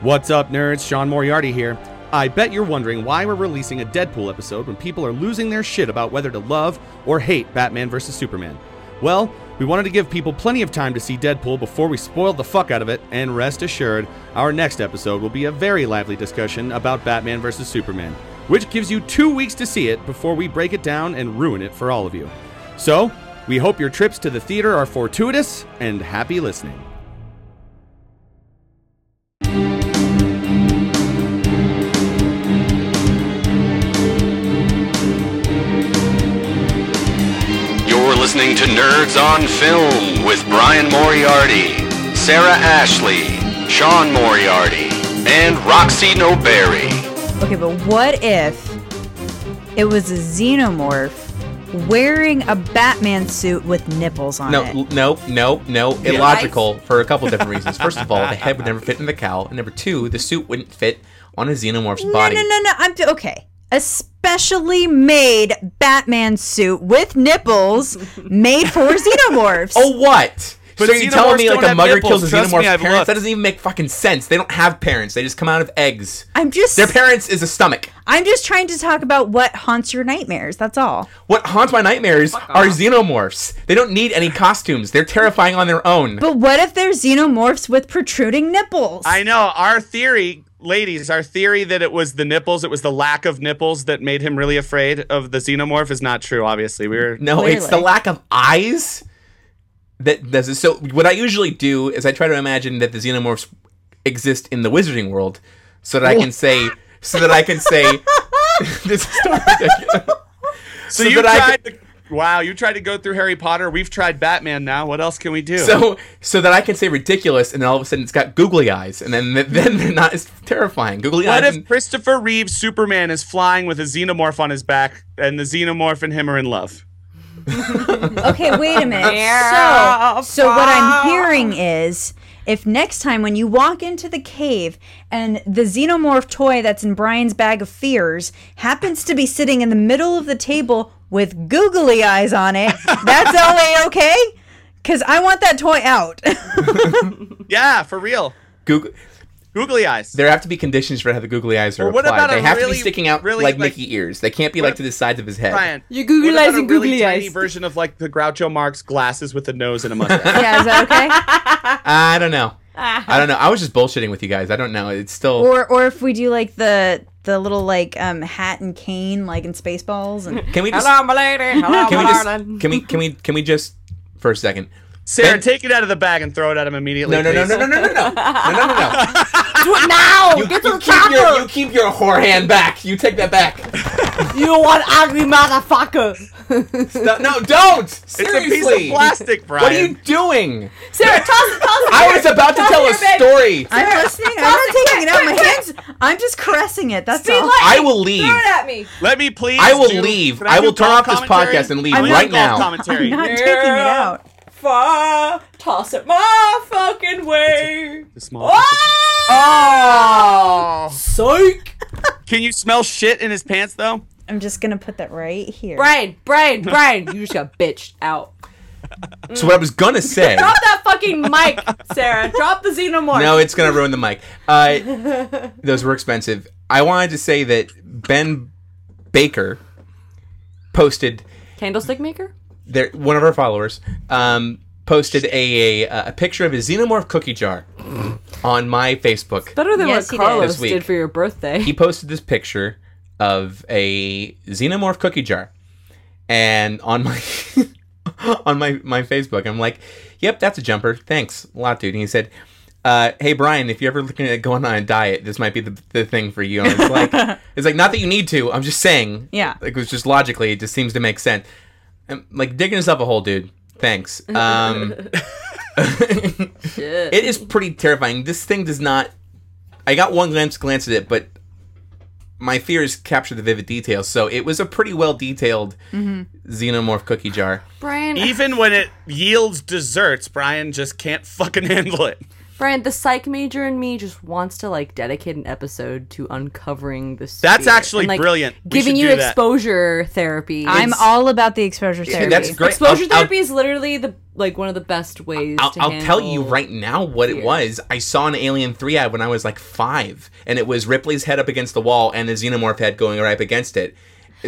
What's up, nerds? Sean Moriarty here. I bet you're wondering why we're releasing a Deadpool episode when people are losing their shit about whether to love or hate Batman vs. Superman. Well, we wanted to give people plenty of time to see Deadpool before we spoiled the fuck out of it, and rest assured, our next episode will be a very lively discussion about Batman vs. Superman, which gives you two weeks to see it before we break it down and ruin it for all of you. So, we hope your trips to the theater are fortuitous, and happy listening. You're listening to Nerds on Film with Brian Moriarty, Sarah Ashley, Sean Moriarty, and Roxy Noberry. Okay, but what if it was a xenomorph wearing a Batman suit with nipples on No, it? l- no, no, no. Illogical for a couple different reasons. First of all, the head would never fit in the cow, and number two, the suit wouldn't fit on a xenomorph's no, body. no, no, no. I'm t- okay. A specially made Batman suit with nipples made for xenomorphs. Oh, what? But so you telling xenomorphs me like don't a have mugger nipples. kills a Trust me, xenomorph's I've parents? looked. That doesn't even make fucking sense. They don't have parents. They just come out of eggs. I'm just Their parents is a stomach. I'm just trying to talk about what haunts your nightmares. That's all. What haunts my nightmares are xenomorphs. They don't need any costumes. They're terrifying on their own. But what if they're xenomorphs with protruding nipples? I know our theory, ladies, our theory that it was the nipples, it was the lack of nipples that made him really afraid of the xenomorph is not true. Obviously, we were No, it's the Clearly. lack of eyes that does it. So what I usually do is I try to imagine that the xenomorphs exist in the wizarding world, so that I can say, so that I can say, this is so ridiculous. So, so you that I tried. to, wow, you tried to go through Harry Potter. We've tried Batman. Now, what else can we do? So so that I can say ridiculous, and then all of a sudden it's got googly eyes, and then then they're not as terrifying. Googly what eyes. if and- Christopher Reeve Superman is flying with a xenomorph on his back, and the xenomorph and him are in love? Okay, wait a minute. So, so what I'm hearing is if next time when you walk into the cave and the xenomorph toy that's in Brian's bag of fears happens to be sitting in the middle of the table with googly eyes on it, that's LA okay? Because I want that toy out. Yeah, for real. Goog- Googly eyes. there have to be conditions for how the googly eyes are Well, what applied. about a they have to really- be sticking out really, like, like- Mickey ears. They can't be like to the sides of his head. Brian, Your googly what about eyes a and really googly tiny eyes. version of like the Groucho Marx glasses with a nose and a mustache. yeah, is that okay? I don't know. Ah. I don't know. I was just bullshitting with you guys. I don't know. It's still Or or if we do like the the little like um hat and cane like in Spaceballs and Can we just Hello, my lady. Hello, can we my just darling. can we can we can we just for a second? Sarah, Ben- take it out of the bag and throw it at him immediately. No, no, no, please. no, no, no, no, no, no, no, no, no. do it now? Get to You keep the your chopper. you keep your whore hand back. You take that back. You, want ugly motherfucker. No, no, don't. It's a Seriously. piece of plastic, Brian. What are you doing? Sarah, toss it, toss it. I was about to tell a here, babe. story. I'm listening. I'm not Quick, taking it out. quick, My hands. I'm just caressing it. That's Speed all. lightning. I will leave. Throw it at me. Let me please. I will do- leave. Can I I do will turn golf off this commentary? podcast and leave I'm not right golf now. I'm Commentary. not Yeah. taking it out. Far, toss it my fucking way. The small- Oh, Oh. psych. Can you smell shit in his pants though? I'm just gonna put that right here. Brian, Brian, Brian, you just got bitched out. So what I was gonna say. Drop that fucking mic, Sarah. Drop the xenomorph. No, it's gonna ruin the mic. Uh, those were expensive. I wanted to say that Ben Baker posted Candlestick maker? there. One of our followers um, posted a, a a picture of his xenomorph cookie jar on my Facebook. Better than Yes, he what did. Carlos This week. did for your birthday. He posted this picture of a xenomorph cookie jar, and on my. on my, my Facebook, I'm like, yep, that's a jumper. Thanks a lot, dude. And he said, uh, hey Brian, if you're ever looking at going on a diet, this might be the, the thing for you. And it's like it's like not that you need to. I'm just saying. Yeah. Like it was just logically, it just seems to make sense. I'm, like digging us up a hole, dude. Thanks. Um, it is pretty terrifying. This thing does not. I got one glance glance at it, but my fears captured the vivid details. So it was a pretty well detailed xenomorph cookie jar. Brian, Even when it yields desserts, Brian just can't fucking handle it. Friend, the psych major in me just wants to like dedicate an episode to uncovering this. That's actually brilliant. We Giving should you do that. exposure therapy. I'm It's- all about the exposure therapy. That's great. Exposure I'll- I'll- therapy is literally the like one of the best ways. I'll, to I'll tell you handle- right now what it fear. was. I saw an Alien 3 ad when I was like five, and it was Ripley's head up against the wall and the xenomorph head going right up against it.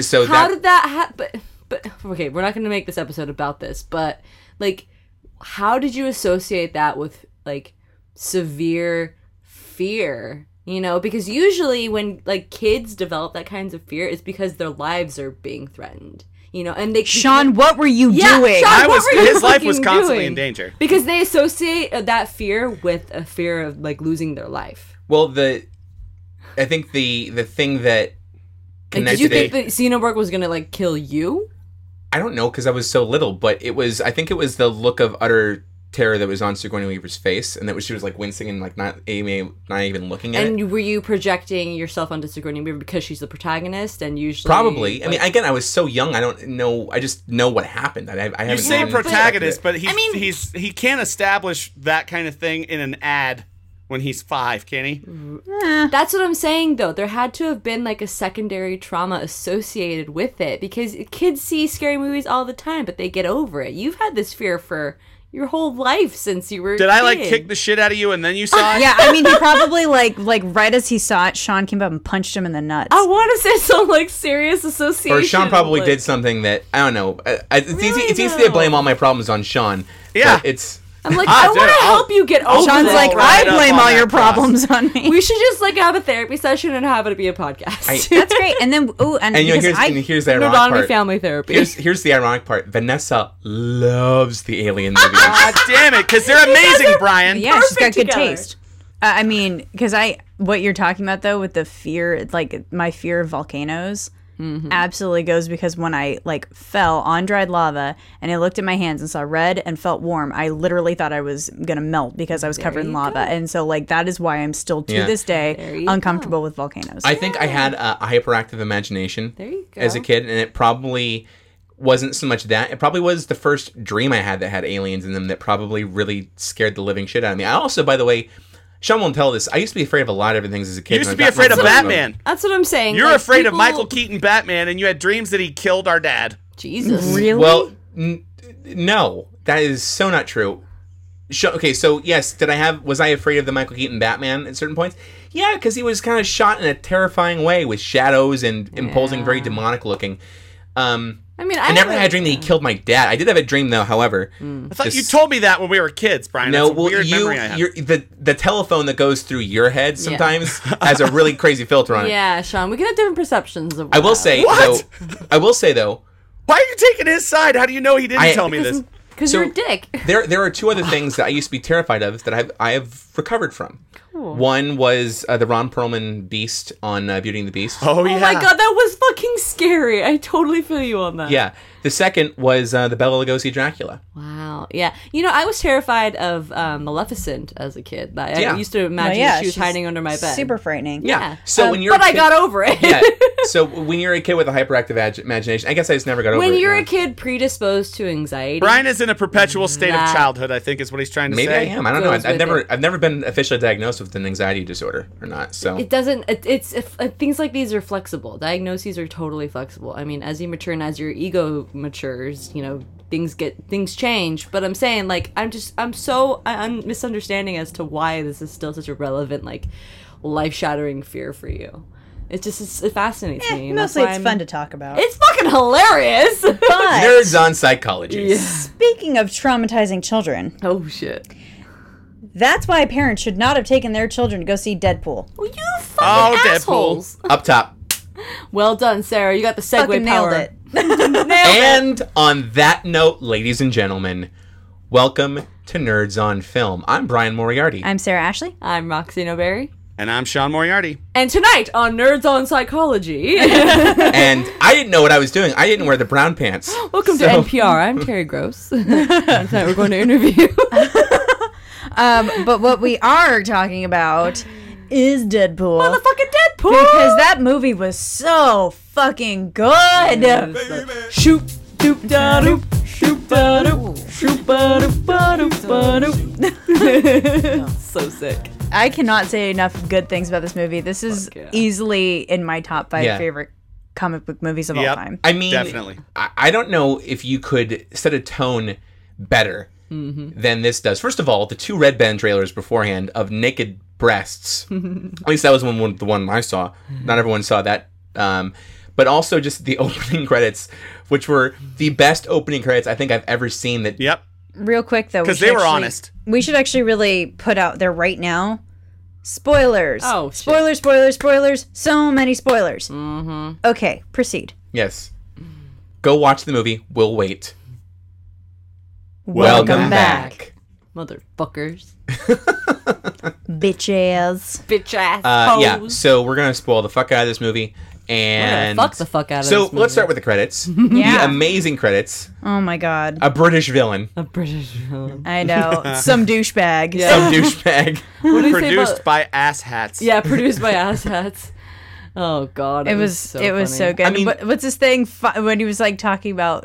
So How that, did that happen? But, but okay, we're not going to make this episode about this. But like, how did you associate that with like severe fear? You know, because usually when like kids develop that kinds of fear, it's because their lives are being threatened. You know, and they Sean, what were you Yeah, doing? Sean, I what was- were you his life was fucking constantly doing? in danger. because they associate uh, that fear with a fear of like losing their life. well, the I think the the thing that Like, connected did you it, think that Xenobark was gonna like kill you? I don't know because I was so little, but it was I think it was the look of utter terror that was on Sigourney Weaver's face, and that was she was like wincing and like not aiming, not even looking at it. And were you projecting yourself onto Sigourney Weaver because she's the protagonist and usually Probably. I like- mean, again, I was so young. I don't know. I just know what happened. I, I haven't. You say even protagonist, looked but at he's, I mean- he's he can't establish that kind of thing in an ad when he's five, can he? Mm. That's what I'm saying though. There had to have been like a secondary trauma associated with it because kids see scary movies all the time, but they get over it. You've had this fear for your whole life since you were. a Did I like kid. kick the shit out of you and then you saw it? yeah, I mean, he probably like like right as he saw it, Sean came up and punched him in the nuts. I want to say some like serious association. Or Sean probably like- did something that I don't know. I- I- It's easy. It's easy to though? blame all my problems on Sean. Yeah. but it's I'm like, Ah, I dude, want to I'll- help you get over. Sean's this. like, right I up blame on all that your cross. problems on me. we should just like have a therapy session and have it be a podcast. That's great. And then, oh, and, and you know, because here's I, and here's the ironic Neurotomy part. family therapy. Here's here's the ironic part. Vanessa loves the alien movies. God damn it, because they're amazing, Brian. yeah, she's got perfect good together. taste. Uh, I mean, because I what you're talking about though with the fear, like my fear of volcanoes, absolutely goes because when I like fell on dried lava and I looked at my hands and saw red and felt warm, I literally thought I was gonna melt because I was covered in lava, and so like that is why I'm still to Yeah. this day you uncomfortable with volcanoes. I think I had a hyperactive imagination you go. as a kid, and it probably wasn't so much that. It probably was the first dream I had that had aliens in them that probably really scared the living shit out of me. I also, by the way, Sean won't tell this. I used to be afraid of a lot of different things as a kid. You used and to I be got afraid of myself- Batman. That's what I'm saying. You're Like, afraid of people- Michael Keaton Batman, and you had dreams that he killed our dad. Jesus. really. Mm-hmm. Well, n- no, that is so not true. Sh- okay, so yes, did I have? Was I afraid of the Michael Keaton Batman at certain points? Yeah, because he was kind of shot in a terrifying way with shadows and imposing, very demonic looking. Um, I mean, I, I, never haven't- had a dream that he killed my dad. I did have a dream though, however. I thought you Just- told me that when we were kids, Brian. No, That's a well, weird you, memory I have. your, the the telephone that goes through your head sometimes has a really crazy filter on it. Yeah, Sean, we can have different perceptions of. I will say What? though. I will say though. Why are you taking his side? How do you know he didn't I- tell me this? because so- you're a dick. There, there are two other things that I used to be terrified of that I've I have recovered from. One was uh, the Ron Perlman Beast on uh, Beauty and the Beast. Oh, yeah. Oh my god, that was fucking scary. I totally feel you on that. Yeah. The second was uh, the Bela Lugosi Dracula. Wow. Yeah. You know, I was terrified of um, Maleficent as a kid. I, I Yeah. used to Well, imagine yeah, she was she's hiding under my bed. Super frightening. Yeah. So Um, when you're, a but I kid- got over it. yeah. So when you're a kid with a hyperactive ag- imagination, I guess I just never got over it. when you're yeah. a kid predisposed to anxiety, Brian is in a perpetual state Nah. of childhood, I think is what he's trying to Maybe say. I am. I don't know. goes I've, I've with never, it. I've never been officially diagnosed with an anxiety disorder or not. So it doesn't it, it's if, uh, things like these are flexible diagnoses are totally flexible i mean as you mature and as your ego matures you know things get things change but i'm saying like i'm just i'm so I- i'm misunderstanding as to why this is still such a relevant like life-shattering fear for you it just it's, it fascinates me and that's Eh, Mostly, why it's I'm- fun to talk about. it's fucking hilarious but nerds on psychology. speaking of traumatizing children, oh shit that's why parents should not have taken their children to go see Deadpool. well, you fucking Oh, Deadpool. assholes Up top. well done sarah you got the segue Fucking power nailed it. And on that note, ladies and gentlemen, welcome to Nerds on Film. I'm Brian Moriarty. I'm Sarah Ashley. i'm roxy noberry And I'm Sean Moriarty. And tonight on Nerds on Psychology, and I didn't know what I was doing. I didn't wear the brown pants. welcome to NPR. I'm Terry Gross. And tonight we're going to interview. Um, but what we are talking about is Deadpool. fucking Deadpool! because that movie was so fucking good. shoot, doop, da doop, shoot, ba doop, shoot, ba doop, ba doop, ba doop. so sick. I cannot say enough good things about this movie. This is Fuck yeah. easily in my top five Yeah. favorite comic book movies of all Yep. time. I mean, Definitely. I, I don't know if you could set a tone better than this does. First of all, the two Red Band trailers beforehand of naked breasts. At least that was one, one the one I saw. Not everyone saw that. Um, but also just the opening credits, which were the best opening credits I think I've ever seen. That Yep. Real quick though, we 'Cause should they were actually- honest. We should actually really put out there right now. Spoilers. Oh, shit. spoilers, spoilers, spoilers. So many spoilers. Mm-hmm. Okay, proceed. yes, go watch the movie. We'll wait. Welcome back. Motherfuckers. Bitch ass. Bitch ass. Uh, yeah, hoes. so we're gonna spoil the fuck out of this movie, and fuck the fuck out of So this movie. let's start with the credits. Yeah. The amazing credits. Oh my god. A British villain. A British villain. I know. Some douchebag. Yeah. Some douchebag. What do you say Produced about- by asshats. Yeah, produced by asshats. Oh god, It was so it was funny. so good. I mean- what, what's this thing fi- when he was like talking about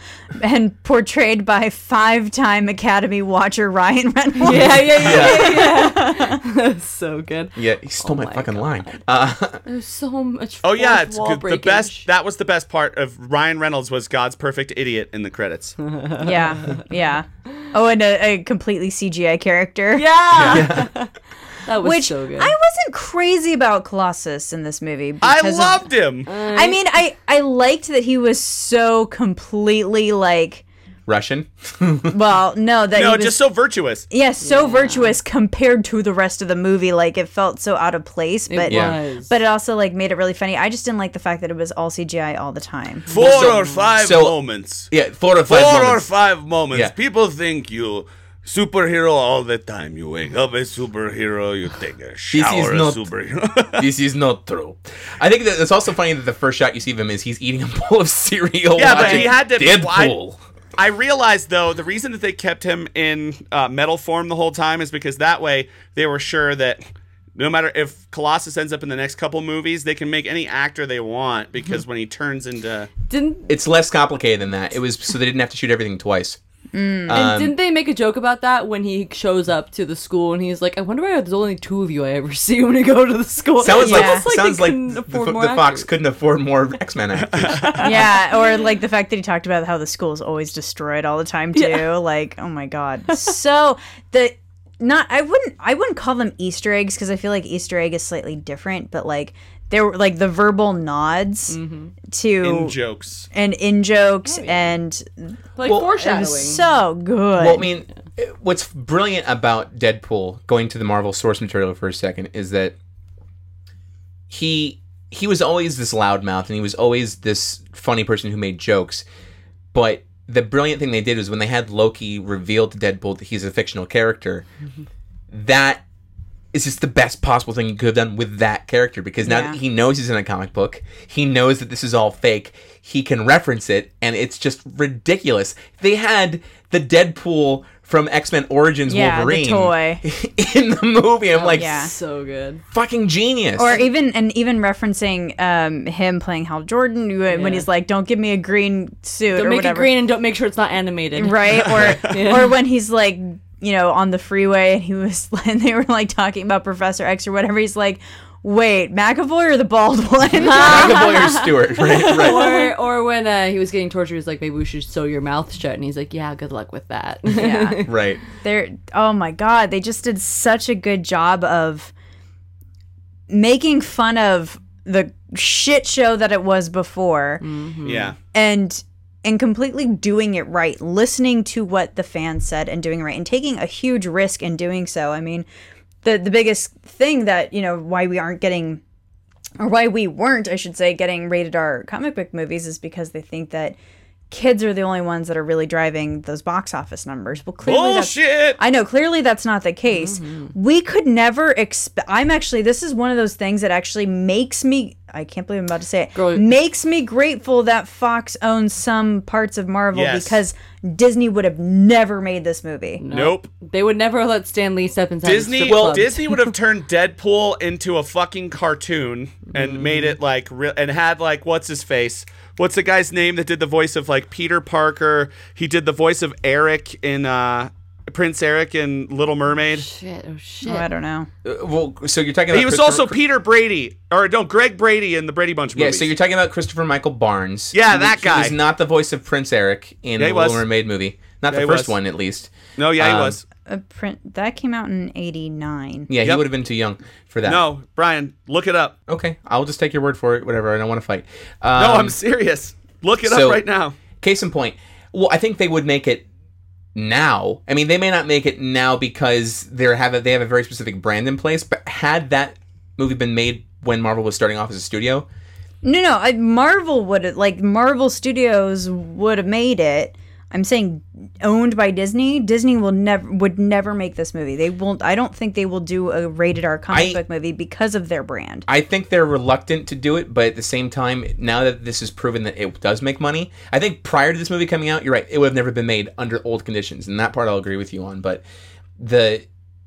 and portrayed by five-time Academy watcher Ryan Reynolds? Yeah, yeah, yeah, yeah. yeah. so good. Yeah, he stole my, my fucking line. Uh, There's so much. Oh yeah, fourth it's wall good. the breakage. best. That was the best part of Ryan Reynolds was God's perfect idiot in the credits. yeah. yeah. Oh, and a, a completely CGI character. yeah. that was Which so good. I wasn't crazy about Colossus in this movie. I because of- Mm. loved him. I mean, I I liked that he was so completely like. Russian. Well, no, that no, he was just so virtuous. yeah, so virtuous compared to the rest of the movie. Like it felt so out of place, but Yeah. was. but it also like made it really funny. I just didn't like the fact that it was all CGI all the time. Four or five so- moments. Yeah, four or Four five moments. or five moments. Yeah. People think you superhero all the time. You wake up a superhero. You take a shower not- a superhero. This is not true. I think that it's also funny that the first shot you see of him is he's eating a bowl of cereal. Yeah, but watching he had to- Deadpool. I realized though the reason that they kept him in uh, metal form the whole time is because that way they were sure that no matter if Colossus ends up in the next couple movies, they can make any actor they want because Mm-hmm. when he turns into didn't It's less complicated than that. It was so they didn't have to shoot everything twice. and Um, didn't they make a joke about that when he shows up to the school and he's like, "I wonder why there's only two of you I ever see when you go to the school." Sounds It's like, almost they sounds like couldn't the, afford fo- more the Fox actors. couldn't afford more X Men actors. yeah, or like the fact that he talked about how the school is always destroyed all the time too. Like, oh my god. so the not I wouldn't I wouldn't call them Easter eggs because I feel like Easter egg is slightly different, but like there were like the verbal nods to in jokes. and in jokes and like foreshadowing. so good. well, I mean, what's brilliant about Deadpool going to the Marvel source material for a second is that he he was always this loudmouth and he was always this funny person who made jokes. But the brilliant thing they did was when they had Loki revealed to Deadpool that he's a fictional character, that is just the best possible thing you could have done with that character because now that Yeah. he knows he's in a comic book, he knows that this is all fake, he can reference it, and it's just ridiculous. They had the Deadpool from X Men Origins yeah, Wolverine the toy. Oh, in the movie. I'm like, yeah. so good. fucking genius. or even and even referencing um, him playing Hal Jordan uh, when when he's like, "Don't give me a green suit Don't or make whatever," it green and don't make sure it's not animated. right? Or or when he's like, you know, on the freeway and he was and they were like talking about Professor X or whatever. He's like, "Wait, McAvoy or the bald one?" McAvoy or Stewart, right? right. Or, or when uh, he was getting tortured, he was like, maybe we should sew your mouth shut. And he's like, yeah, good luck with that. yeah, Right. they're oh my god, they just did such a good job of making fun of the shit show that it was before. Yeah. and and completely doing it right listening to what the fans said and doing it right and taking a huge risk in doing so i mean the the biggest thing that you know why we aren't getting or why we weren't i should say getting rated r comic book movies is because they think that kids are the only ones that are really driving those box office numbers well clearly that's- Bullshit. I know clearly that's not the case. We could never expect. I'm actually this is one of those things that actually makes me. I can't believe I'm about to say it. Girl- makes me grateful that Fox owns some parts of Marvel Yes. because Disney would have never made this movie. Nope. they would never let Stan Lee step inside The Disney. strip Well, club. Disney would have turned Deadpool into a fucking cartoon and made it like real and had like what's his face? What's the guy's name that did the voice of like Peter Parker? He did the voice of Eric in uh Prince Eric in Little Mermaid? Shit. Oh shit. Oh, I don't know. Uh, well, so you're talking about He was Christopher- also Peter Brady, or no, Greg Brady in the Brady Bunch Yeah, movies. so you're talking about Christopher Michael Barnes. Yeah, He was- that He guy. was not the voice of Prince Eric in Yeah, the he was. Little Mermaid movie. Not Yeah, he the first was. one, at least. no, yeah, um, he was. A print that came out in '89. Yeah, he Yep. would have been too young for that. No, Brian, look it up. Okay, I'll just take your word for it. Whatever. I don't want to fight. Um, No, I'm serious. Look it so- up right now. Case in point. Well, I think they would make it now. I mean, they may not make it now because they have a, they have a very specific brand in place. But had that movie been made when Marvel was starting off as a studio, No, no. I, Marvel would have like Marvel Studios would have made it. I'm saying owned by Disney. Disney will never would never make this movie. They won't. I don't think they will do a rated R comic I- book movie because of their brand. I think they're reluctant to do it, but at the same time, now that this is proven that it does make money, I think prior to this movie coming out, you're right, it would have never been made under old conditions, and that part I'll agree with you on. But the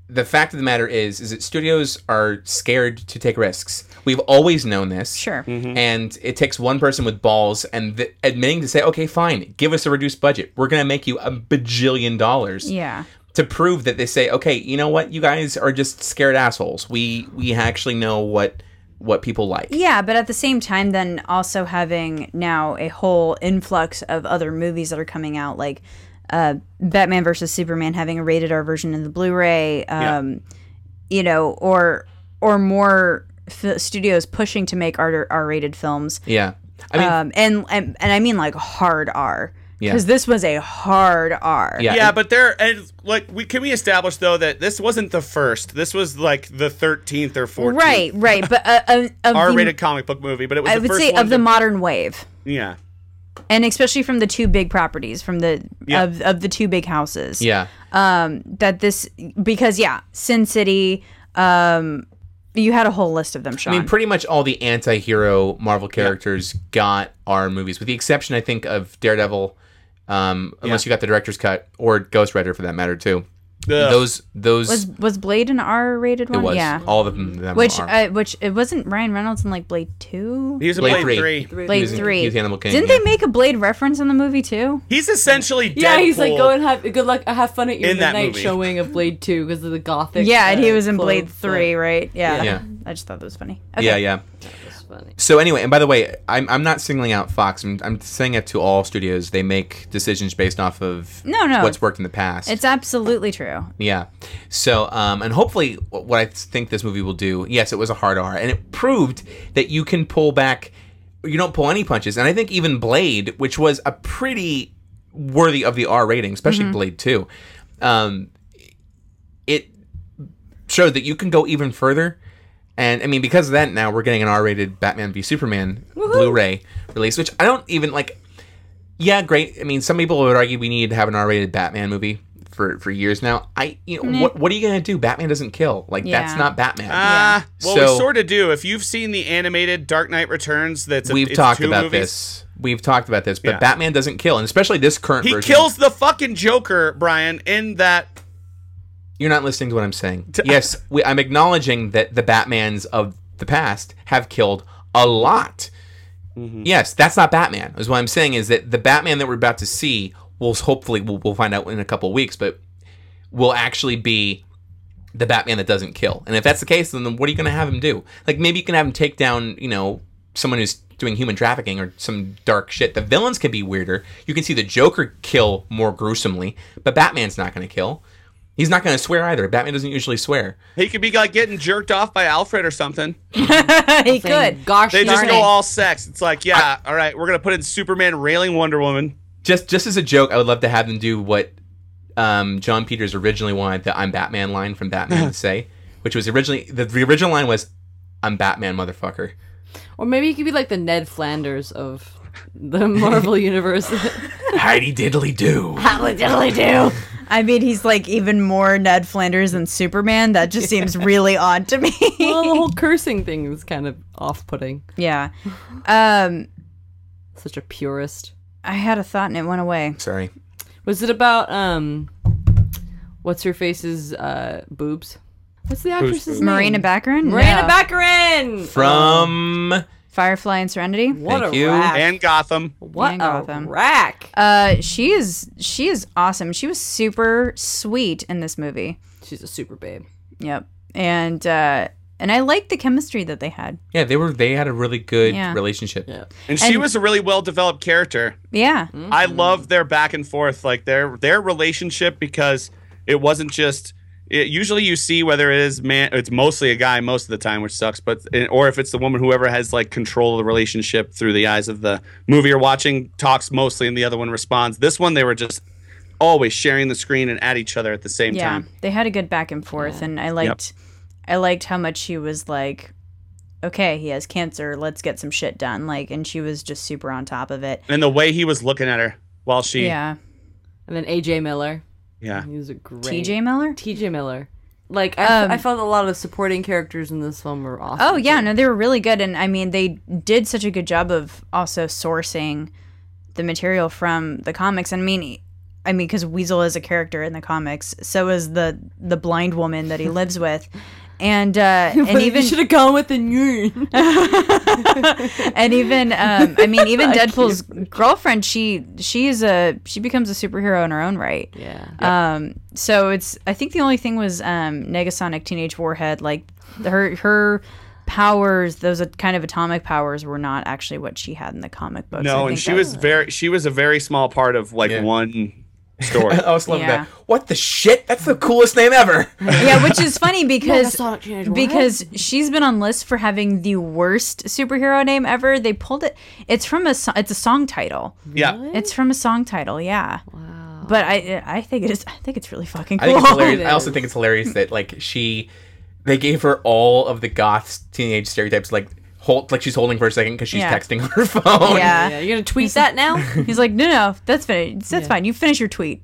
the fact of the matter is, is that studios are scared to take risks. We've always known this, Sure. and it takes one person with balls and th- admitting to say, okay, fine, give us a reduced budget. We're gonna make you a bajillion dollars Yeah. to prove that they say, okay, you know what, you guys are just scared assholes. We we actually know what what people like. Yeah, but at the same time, then also having now a whole influx of other movies that are coming out, like uh, Batman versus Superman having a rated R version in the Blu-ray, um, you know, or or more f- studios pushing to make R- R-rated films, Yeah. I mean, um, and, and and I mean like hard R, because this was a hard R. yeah, Yeah, and- but there, and like, we can we establish though that this wasn't the first. This was like the 13th or 14th Right, right, but uh, of, of the- R-rated comic book movie, but it was I the would first say one of the to- modern wave. yeah. and especially from the two big properties from the Yeah. of, of the two big houses yeah. that this because yeah sin city um you had a whole list of them I Sean. mean, pretty much all the anti-hero Marvel characters got our movies, with the exception, I think, of Daredevil, um, unless you got the director's cut or Ghost Rider for that matter too. Those those was was blade an r-rated it one was yeah all of them. them which are. uh, which it wasn't ryan reynolds in like blade 2 He was in Blade Blade, three. 3. blade was in- 3 he was Animal King, didn't yeah. they make a blade reference in the movie too He's essentially Deadpool. Yeah, he's like, go and have good luck. Have fun at your In that midnight movie. showing of Blade Two because of the gothic. yeah and he uh, was in clothes, blade but 3 right yeah. Yeah. i just thought that was funny Yeah, yeah. That's funny. So anyway, and by the way, I'm, I'm not singling out Fox. I'm, I'm saying it to all studios. They make decisions based off of No, no. what's worked in the past. it's absolutely true Yeah. So, um, and hopefully, wh- what I think this movie will do, yes, it was a hard R, and it proved that you can pull back, you don't pull any punches. And I think even Blade, which was a pretty worthy of the R rating, especially Blade 2, um, it showed that you can go even further. And I mean, because of that, now we're getting an R rated Batman v Superman Blu ray release, which I don't even like. Yeah, great. I mean, some people would argue we need to have an R-rated Batman movie for for years now. I, you know, what what are you gonna do? Batman doesn't kill. Like that's Yeah. not Batman. Ah, well, So- we sort of do. If you've seen the animated Dark Knight Returns, that's a, We've it's talked two about movies. this. We've talked about this, but Yeah. Batman doesn't kill, and especially this current He version. kills the fucking Joker, Brian, in that. You're not listening to what I'm saying. yes, we, I'm acknowledging that the Batmans of the past have killed a lot. Yes, that's not Batman. Is what I'm saying is that the Batman that we're about to see will hopefully we'll, we'll find out in a couple of weeks, but will actually be the Batman that doesn't kill. And if that's the case, then what are you going to have him do? Like maybe you can have him take down, you know, someone who's doing human trafficking or some dark shit. The villains can be weirder. You can see the Joker kill more gruesomely, but Batman's not going to kill. He's not going to swear either. Batman doesn't usually swear. He could be like getting jerked off by Alfred or something. he Thank could Gosh, They just darn go it. all sex. It's like, yeah, all right, we're gonna put in Superman railing Wonder Woman. Just just as a joke, I would love to have them do what um, John Peters originally wanted the "I'm Batman" line from Batman to say, which was originally the, the original line was "I'm Batman, motherfucker." Or maybe he could be like the Ned Flanders of the Marvel universe. Heidi diddly do. How would Diddly do? I mean, he's like even more Ned Flanders than Superman. That just seems really odd to me. Well, the whole cursing thing was kind of off-putting. yeah. Um, Such a purist. I had a thought and it went away. Sorry. Was it about um, what's her face's uh boobs? What's the actress's name? Marina Baccarin? Marina No. Baccarin from Firefly and Serenity. Oh, What Thank a you. rack. and Gotham. what and a Gotham. rack. Uh, she is she is awesome. She was super sweet in this movie. She's a super babe. Yep, and uh, and I liked the chemistry that they had. Yeah, they were. They had a really good Yeah. relationship. Yeah. And she And- was a really well developed character. Yeah, I love their back and forth, like their their relationship, because it wasn't just. It, usually, you see whether it is man, it's mostly a guy most of the time, which sucks. But eh, or if it's the woman, whoever has like control of the relationship through the eyes of the movie you're watching, talks mostly, and the other one responds. This one, they were just always sharing the screen and at each other at the same yeah, time. they had a good back and forth, and I liked I liked how much she was like, okay, he has cancer, let's get some shit done. Like, and she was just super on top of it. And the way he was looking at her while she, yeah, Yeah, And then AJ Miller. He was a great T.J. Miller. TJ Miller. Like I, Um, I felt a lot of supporting characters in this film were awesome. Oh yeah, no, they were really good, and I mean, they did such a good job of also sourcing the material from the comics. And I mean, I mean, because Weasel is a character in the comics, so is the the blind woman that he lives with, and uh, and even should have gone with the new. and even um, I mean, even Deadpool's girlfriend, she she is a she becomes a superhero in her own right. yeah. Um, so it's I think the only thing was um, Negasonic Teenage Warhead. Like her her powers, those a- kind of atomic powers, were not actually what she had in the comic books. I no, and think she that- was very, she was a very small part of like Yeah. one story. I was loving Yeah. that. What the shit? That's the coolest name ever. yeah, which is funny because. Negasonic Teenage Warhead? because she's been on lists for having the worst superhero name ever. They pulled it. It's from a so- it's a song title. yeah, It's from a song title. Yeah. Wow. But I I think it is. I think it's really fucking I cool. think it's hilarious. it I also is. think it's hilarious that like she, they gave her all of the goth teenage stereotypes. Like hold, like she's holding for a second because she's Yeah. texting on her phone. yeah. yeah. You're gonna tweet that now? He's like, no, no, that's fine. That's fine. You finish your tweet.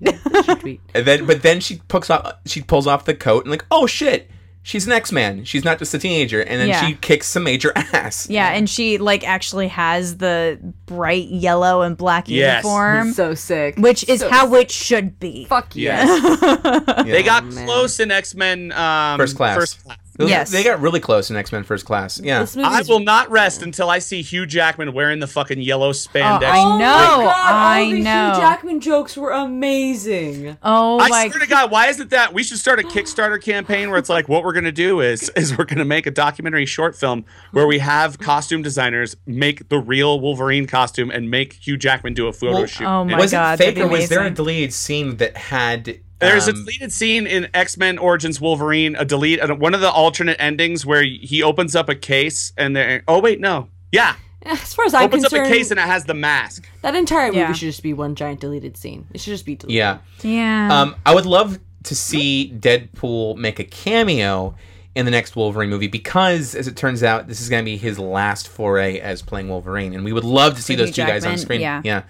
tweet. And then, but then she pulls off, she pulls off the coat and like, oh shit, she's an X Man. She's not just a teenager. And then Yeah. she kicks some major ass. Yeah, and she like actually has the bright yellow and black Yes. uniform, So sick. which is So how sick. it should be. fuck yeah. yes. They Oh, got close in X Men um, First class. First class. Those- Yes. they got really close in X Men First Class. Yeah, This movie's I will not rest until I see Hugh Jackman wearing the fucking yellow spandex. Oh, I know. Oh my God, I all the know. Hugh Jackman jokes were amazing. Oh I my! swear to God, why isn't that? We should start a Kickstarter campaign where it's like, what we're gonna do is, is we're gonna make a documentary short film where we have costume designers make the real Wolverine costume and make Hugh Jackman do a photo Well, shoot. oh And my was God, it fake that'd or be was there a amazing. deleted scene that had? There's a um, deleted scene in X Men Origins Wolverine, a delete, uh, one of the alternate endings where he opens up a case and there. Oh wait, no, yeah, As far as I'm opens concerned, up a case and it has the mask. that entire movie Yeah. should just be one giant deleted scene. It should just be deleted. yeah. yeah, Um, I would love to see Deadpool make a cameo in the next Wolverine movie because, as it turns out, this is going to be his last foray as playing Wolverine, and we would love to see Hugh those two guys Jackman, on screen. yeah.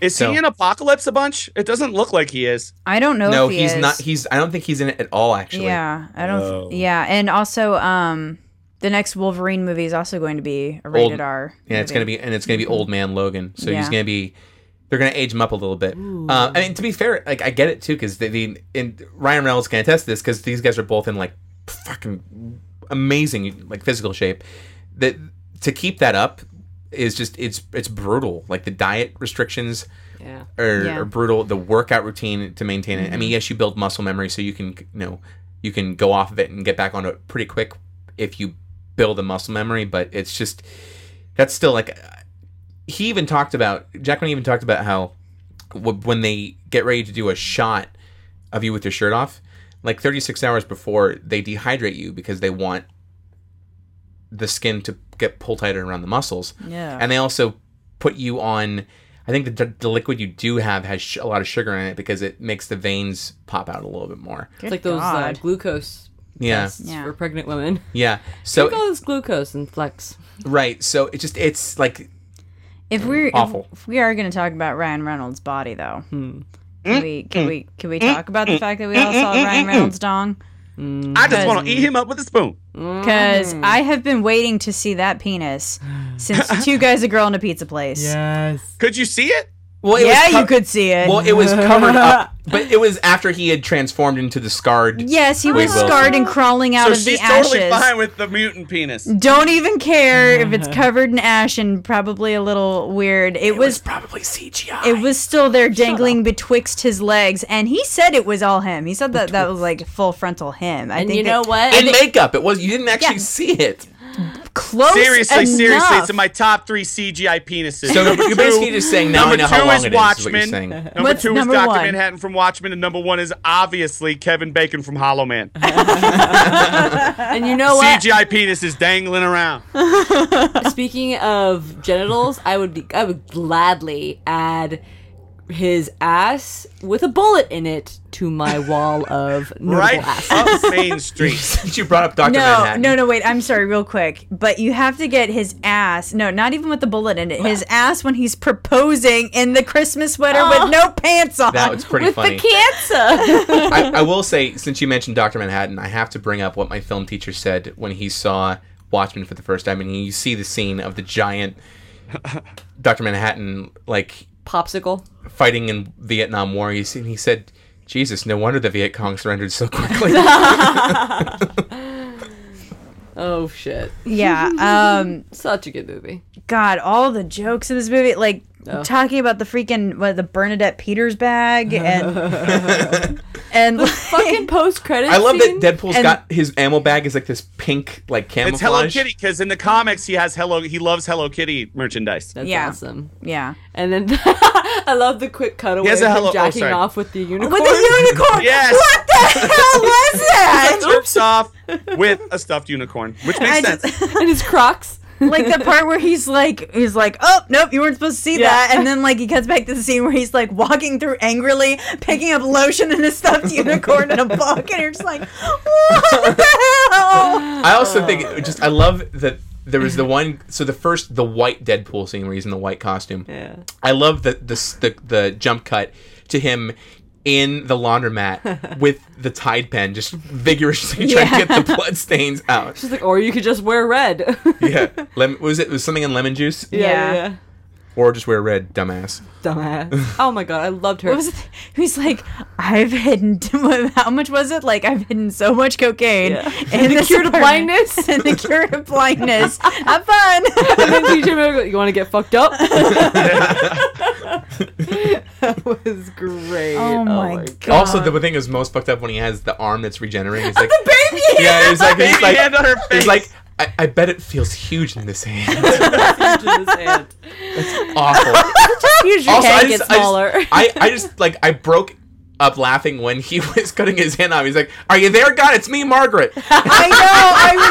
Is So- he in Apocalypse a bunch? It doesn't look like he is. I don't know. No, if he he's is. not. He's. I don't think he's in it at all. Actually. yeah, I don't. yeah, and also, um, the next Wolverine movie is also going to be a rated R. Yeah, it's gonna be and it's gonna be old man Logan. So he's Yeah. gonna be they're gonna age him up a little bit. Uh, I mean, to be fair, like I get it too because the, the and Ryan Reynolds can attest to this because these guys are both in like fucking amazing like physical shape. That to keep that up is just it's it's brutal. Like the diet restrictions Yeah. are, Yeah. are brutal. The workout routine to maintain it. I mean, yes, you build muscle memory, so you can you know you can go off of it and get back onto it pretty quick if you build a muscle memory. But it's just that's still like uh, he even talked about Jackman even talked about how w- when they get ready to do a shot of you with your shirt off, like 36 hours before they dehydrate you because they want the skin to get pulled tighter around the muscles. Yeah. And they also put you on. I think the, the liquid you do have has sh- a lot of sugar in it because it makes the veins pop out a little bit more. It's like those uh, glucose Yeah, tests Yeah. for pregnant women. yeah. So Take all this glucose and flex. right, so it just it's like If we're if- Awful. if we are going to talk about Ryan Reynolds' body, though, Hmm. can we can we can we talk about the fact that we all saw Ryan Reynolds' dong? I just want to eat him up with a spoon. Because Oh. I have been waiting to see that penis since Two Guys, a Girl, and a Pizza Place. Yes. Could you see it? Well, it was yeah, co- you could see it. Well, it was covered up, but it was after he had transformed into the scarred. Yes, he Wade was Wilson. scarred and crawling out So of the she's ashes. totally fine with the mutant penis. Don't even care if it's covered in ash and probably a little weird. It, was, probably CGI. it was still there dangling betwixt his legs, and he said it was all him. He said that that was like full frontal him. I And think you that- know what? in makeup. It was you didn't actually Yeah. see it. close Seriously, enough. seriously, it's in my top three CGI penises. So Number you're basically two- just saying now I number know how two long is it is, is what you're Watchmen. saying. Number What's two number is Doctor one? Manhattan from Watchmen, and number one is obviously Kevin Bacon from Hollow Man. and you know what? CGI penis is dangling around. Speaking of genitals, I would be, I would gladly add his ass with a bullet in it to my wall of notable Right ass. up Main Street. Since you brought up No, Doctor Manhattan, no, no, wait. I'm sorry, real quick. But you have to get his ass. No, not even with the bullet in it. His ass when he's proposing in the Christmas sweater Oh. with no pants on. that was pretty With funny. the cancer. I, I will say, since you mentioned Doctor Manhattan, I have to bring up what my film teacher said when he saw Watchmen for the first time, and you see the scene of the giant Doctor Manhattan like Popsicle. fighting in Vietnam War. You see, and he said, "Jesus, no wonder the Viet Cong surrendered so quickly." Oh shit. yeah. Um. Such a good movie. God, all the jokes in this movie, like talking about the freaking what, the Bernadette Peters bag and and like, Fucking post credits. I love that Deadpool's And- got his ammo bag is like this pink like camouflage. It's Hello Kitty because in the comics he has Hello. He loves Hello Kitty merchandise. That's Yeah. awesome. yeah, And then I love the quick cutaway Yes, a from hello- oh, jacking sorry. off with the unicorn. with the unicorn. Yes. What the hell was that? Jerks off with a stuffed unicorn, which makes I sense. just- and his Crocs. like the part where he's like he's like oh nope you weren't supposed to see Yeah. that and then like he cuts back to the scene where he's like walking through angrily picking up lotion and a stuffed unicorn in a book and you're just like what the hell I also think it just I love that there was the one so the first the white Deadpool scene where he's in the white costume. Yeah. I love the the s- the, the jump cut to him in the laundromat with the Tide pen, just vigorously trying to get the blood stains out. She's like, or you could just wear red. yeah. Yeah, Lem- was it was something in lemon juice Yeah. or just wear red, dumbass. Dumbass. Oh my god, I loved her. What was it? he's like I've hidden how much was it like I've hidden so much cocaine Yeah. in the cure to blindness? and the cure to blindness have fun and then TJ Miller goes, You want to get fucked up? that was great. Oh my God. Also, the thing that's most fucked up when he has the arm that's regenerating. He's like, baby yeah, he's like, he's Baby like, hand on her face. he's like, I, I bet it feels huge in this hand. Awful. Just use your also, head I to get just, I, smaller. just, I, I just like I broke up laughing when he was cutting his hand off. He's like, "Are you there, God? It's me, Margaret." I know.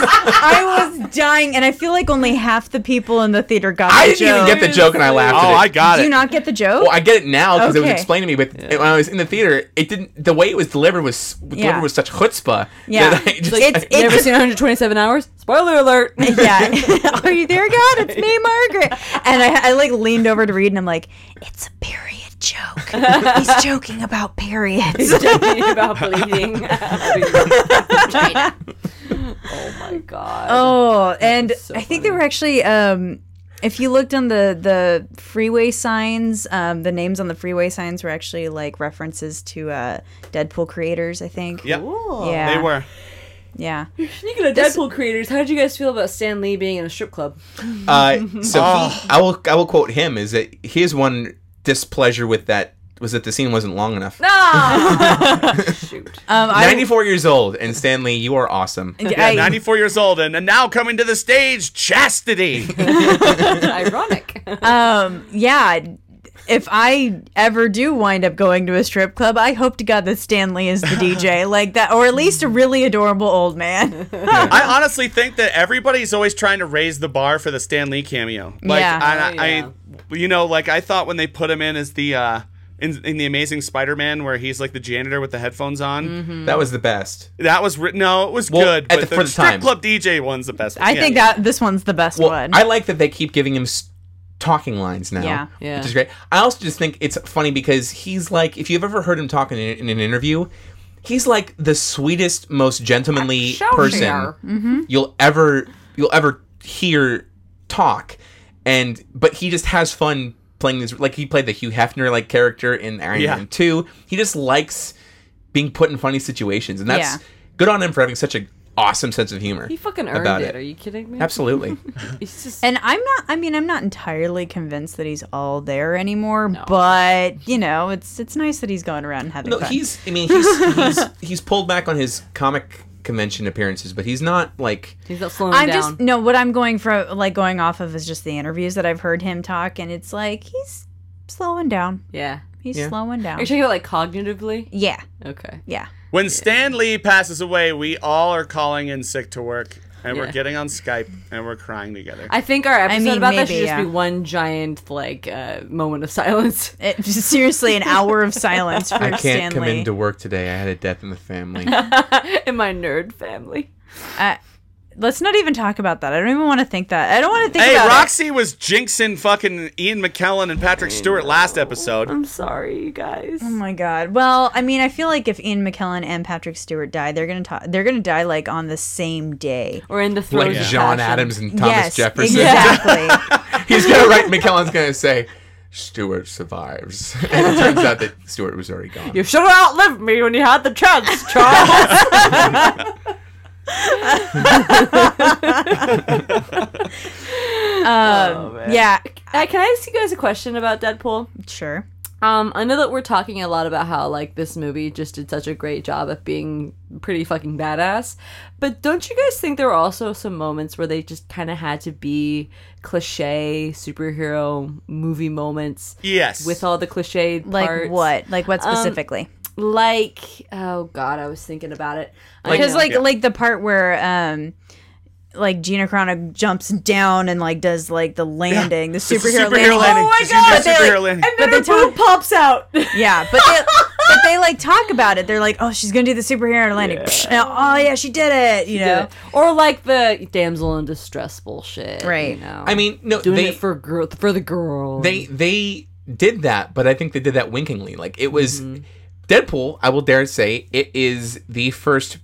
I was I was dying, and I feel like only half the people in the theater got. I the didn't even joke. get the joke, and I laughed. oh, at it. I got Do it. you not get the joke? Well, I get it now because it was Okay. explained to me. But when I was in the theater, it didn't. The way it was delivered was delivered Yeah. with such chutzpah. Yeah. that I just, It's- I- it's- Never seen 127 hours? Spoiler alert. yeah. Are you there, God? It's me, Margaret. And I, I like leaned over to read, and I'm like, it's a period joke. He's joking about periods. Talking about bleeding. oh my god. Oh, and so I think there were actually. Um, if you looked on the the freeway signs, um, the names on the freeway signs were actually like references to uh, Deadpool creators. I think. Yep, Yeah. they were. Yeah. Speaking of Deadpool creators, how did you guys feel about Stan Lee being in a strip club? Uh, so Oh. he, I will I will quote him is that his one displeasure with that was that the scene wasn't long enough. Shoot. Um, I, 94 years old and Stanley, you are awesome. Yeah, I- 94 years old, and, and now coming to the stage, Chastity. Ironic. um yeah if i ever do wind up going to a strip club i hope to god that stanley is the dj like that or at least a really adorable old man I honestly think that everybody's always trying to raise the bar for the Stan Lee cameo. Like, Yeah. I, Oh, I, yeah. you know, like I thought when they put him in as the uh, in, in the Amazing Spider-Man, where he's like the janitor with the headphones on. Mm. That was the best. That was written. No, it was Mm-hmm. Well, good. at But the- the, for the strip time. club DJ one's the best. i Yeah. think that this one's the best Well, one I like that they keep giving him s- talking lines now. Yeah. Yeah. Which is great. I also just think it's funny because he's like, if you've ever heard him talking in, in an interview, he's like the sweetest, most gentlemanly person Mm-hmm. you'll ever you'll ever hear talk. And but he just has fun playing these like he played the Hugh Hefner like character in Iron Yeah. Man Two. He just likes being put in funny situations, and that's Yeah. good on him for having such an awesome sense of humor. He fucking earned about it. it. Are you kidding me? Absolutely. He's just And I'm not. I mean, I'm not entirely convinced that he's all there anymore. But you know, it's it's nice that he's going around and having No, fun. he's. I mean, he's, he's he's pulled back on his comic convention appearances, but he's not like. he's not slowing I'm down. just no. What I'm going for, like going off of, is just the interviews that I've heard him talk, and it's like he's slowing down. yeah. He's Yeah. slowing Are down. you talking about like cognitively? yeah, Okay. yeah. When Stan Lee passes away, we all are calling in sick to work, and we're Yeah. getting on Skype and we're crying together. I think our episode mean, about that should maybe, just be yeah. one giant like uh, moment of silence. It, just seriously, an hour of silence for I can't Stanley. come into work today. I had a death in the family. in my nerd family. Let's not even talk about that. I don't even want to think that. I don't want to think hey, about it. Roxy was jinxing fucking Ian McKellen and Patrick Stewart last episode. I'm sorry, you guys. Oh my god. Well, I mean, I feel like if Ian McKellen and Patrick Stewart die, they're gonna ta- they're gonna die like on the same day. Or in the throes like of John passion. Adams and Thomas yes, Jefferson. exactly. He's gonna write. McKellen's gonna say, "Stewart survives," and it turns out that Stewart was already gone. You should have outlived me when you had the chance, Charles. yeah, Uh, Can I ask you guys a question about Deadpool? sure. Um, I know that we're talking a lot about how like this movie just did such a great job at being pretty fucking badass, but don't you guys think there were also some moments where they just kind of had to be cliche superhero movie moments Yes. with all the cliched Like parts? what? Like what specifically? Like oh god, I was thinking about it. I Because know. like like the part where um like Gina Carano jumps down and like does like the landing, the It's a superhero, superhero landing. landing. She's gonna do a But they, superhero like- landing. But they Her talk, boob pops out. yeah, but they, but they like talk about it. They're like, oh, she's gonna do the superhero landing. Psh, and, oh yeah, she did it. You know, Or like the damsel in distress bullshit. Right. You know? I mean, no, doing they it for girl for the girl. they they did that, but I think they did that winkingly. Like it was Deadpool. I will dare say it is the first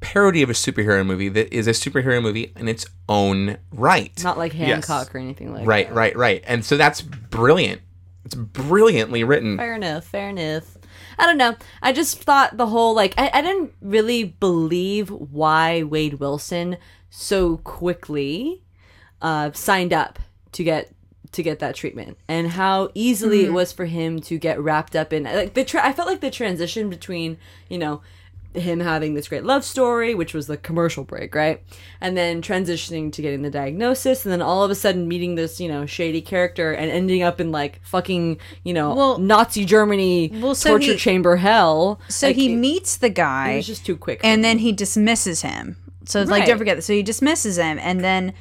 parody of a superhero movie that is a superhero movie in its own right. not like Hancock or anything like right, right, right. And so that's brilliant. It's brilliantly written. Fair enough. Fair enough. I don't know. I just thought the whole like I, I didn't really believe why Wade Wilson so quickly uh, signed up to get to get that treatment and how easily Mm-hmm. it was for him to get wrapped up in like the tra- I felt like the transition between you know him having this great love story which was the commercial break right and then transitioning to getting the diagnosis and then all of a sudden meeting this you know shady character and ending up in like fucking you know Well- Nazi Germany Well, so torture he- chamber hell so Like, he it, meets the it guy, was just too quick for and then me. he dismisses him. So it's like don't Right. forget that. So he dismisses him, and then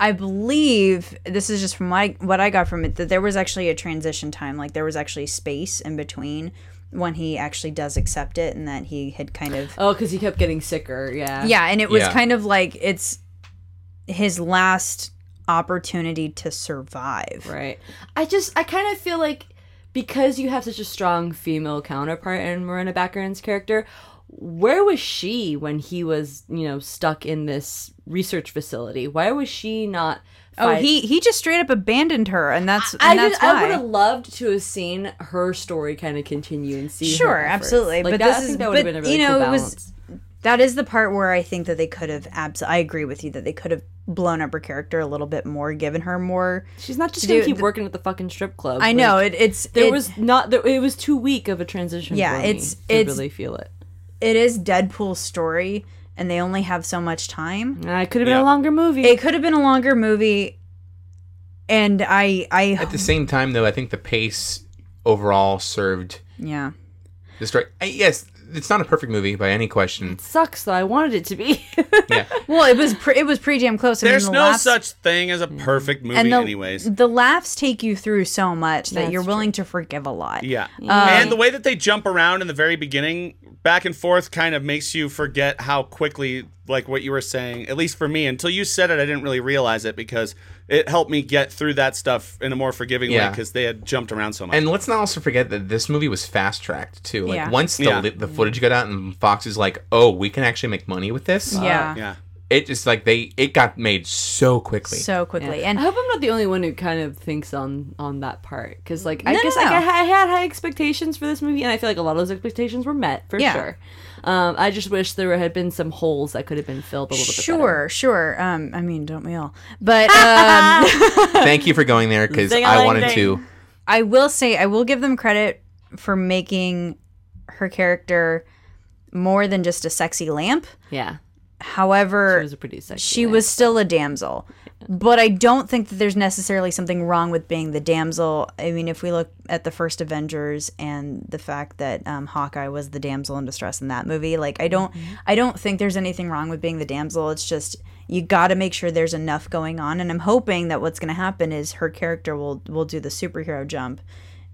I believe this is just from my what I got from it that there was actually a transition time, like there was actually space in between when he actually does accept it, and that he had kind of oh because he kept getting sicker yeah yeah, and it was Yeah. kind of like it's his last opportunity to survive. Right. I just I kind of feel like because you have such a strong female counterpart in Marina Baccarin's character, where was she when he was, you know, stuck in this research facility? Why was she not Oh, fight- he he just straight up abandoned her, and that's and I, that's did, why. I would have loved to have seen her story kind of continue and see. her Sure, efforts. absolutely, Like, but that, this I is- think that would have but, been a really you know, cool it was- balance. that is the part where I think that they could have abs- I agree with you that they could have blown up her character a little bit more, given her more. She's not just to gonna do- keep working at the fucking strip club. I Like, know it, it's there it- was not. There, it was too weak of a transition. Yeah, for me it's- to it's- really feel it. it is Deadpool's story, and they only have so much time. Uh, it could have been Yeah. a longer movie. It could have been a longer movie, and I I At the same time, though, I think the pace overall served yeah. the story. I, yes, it's not a perfect movie by any question. sucks though. I wanted it to be. Yeah, Well, it was pre- it was pretty damn close. and There's the no laughs- such thing as a perfect movie, and the, anyways. The laughs take you through so much that That's you're willing to forgive a lot. Yeah. and the way that they jump around in the very beginning, back and forth, kind of makes you forget how quickly, like what you were saying, at least for me, until you said it, I didn't really realize it because it helped me get through that stuff in a more forgiving way Yeah. because they had jumped around so much. And let's not also forget that this movie was fast tracked too. Like Yeah. once the Yeah. the footage got out and Fox is like, "Oh, we can actually make money with this." Yeah. yeah. it just like they it got made so quickly. so quickly. I And hope I'm not the only one who kind of thinks on on that part because, like, I No, no, guess no. Like, I, I had high expectations for this movie, and I feel like a lot of those expectations were met for Yeah. sure. Um, I just wish there had been some holes that could have been filled a little bit. sure, better. sure. Um, I mean, don't we all? But um, Thank you for going there because I wanted to. I will say I will give them credit for making her character more than just a sexy lamp. Yeah, However, it was a pretty sexy. she lamp. was still a damsel. But I don't think that there's necessarily something wrong with being the damsel. I mean, if we look at the first Avengers and the fact that um, Hawkeye was the damsel in distress in that movie, like I don't, I don't think there's anything wrong with being the damsel. It's just you got to make sure there's enough going on, and I'm hoping that what's going to happen is her character will will do the superhero jump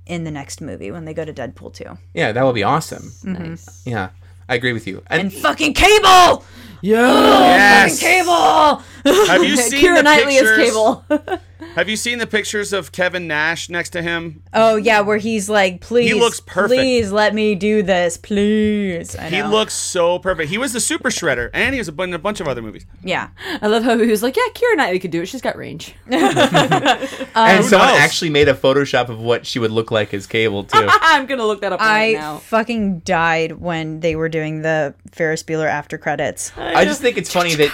in the next movie when they go to Deadpool two. Yeah, that would be awesome. Yeah, I agree with you. And, And fucking Cable, Yes. Cable. Have you seen Keira the Knightley is pictures? Cable. Have you seen the pictures of Kevin Nash next to him? Oh yeah, where he's like, please, looks perfect. Please let me do this, please. I He know. looks so perfect. He was the Super Shredder, and he was a bun- in a bunch of other movies. yeah. I love how he was like, "Yeah, Kira Knightley could do it. She's got range." Um, and someone knows? actually made a Photoshop of what she would look like as Cable too. I'm gonna look that up right I now. fucking died when they were doing the Ferris Bueller after credits. I just think it's funny that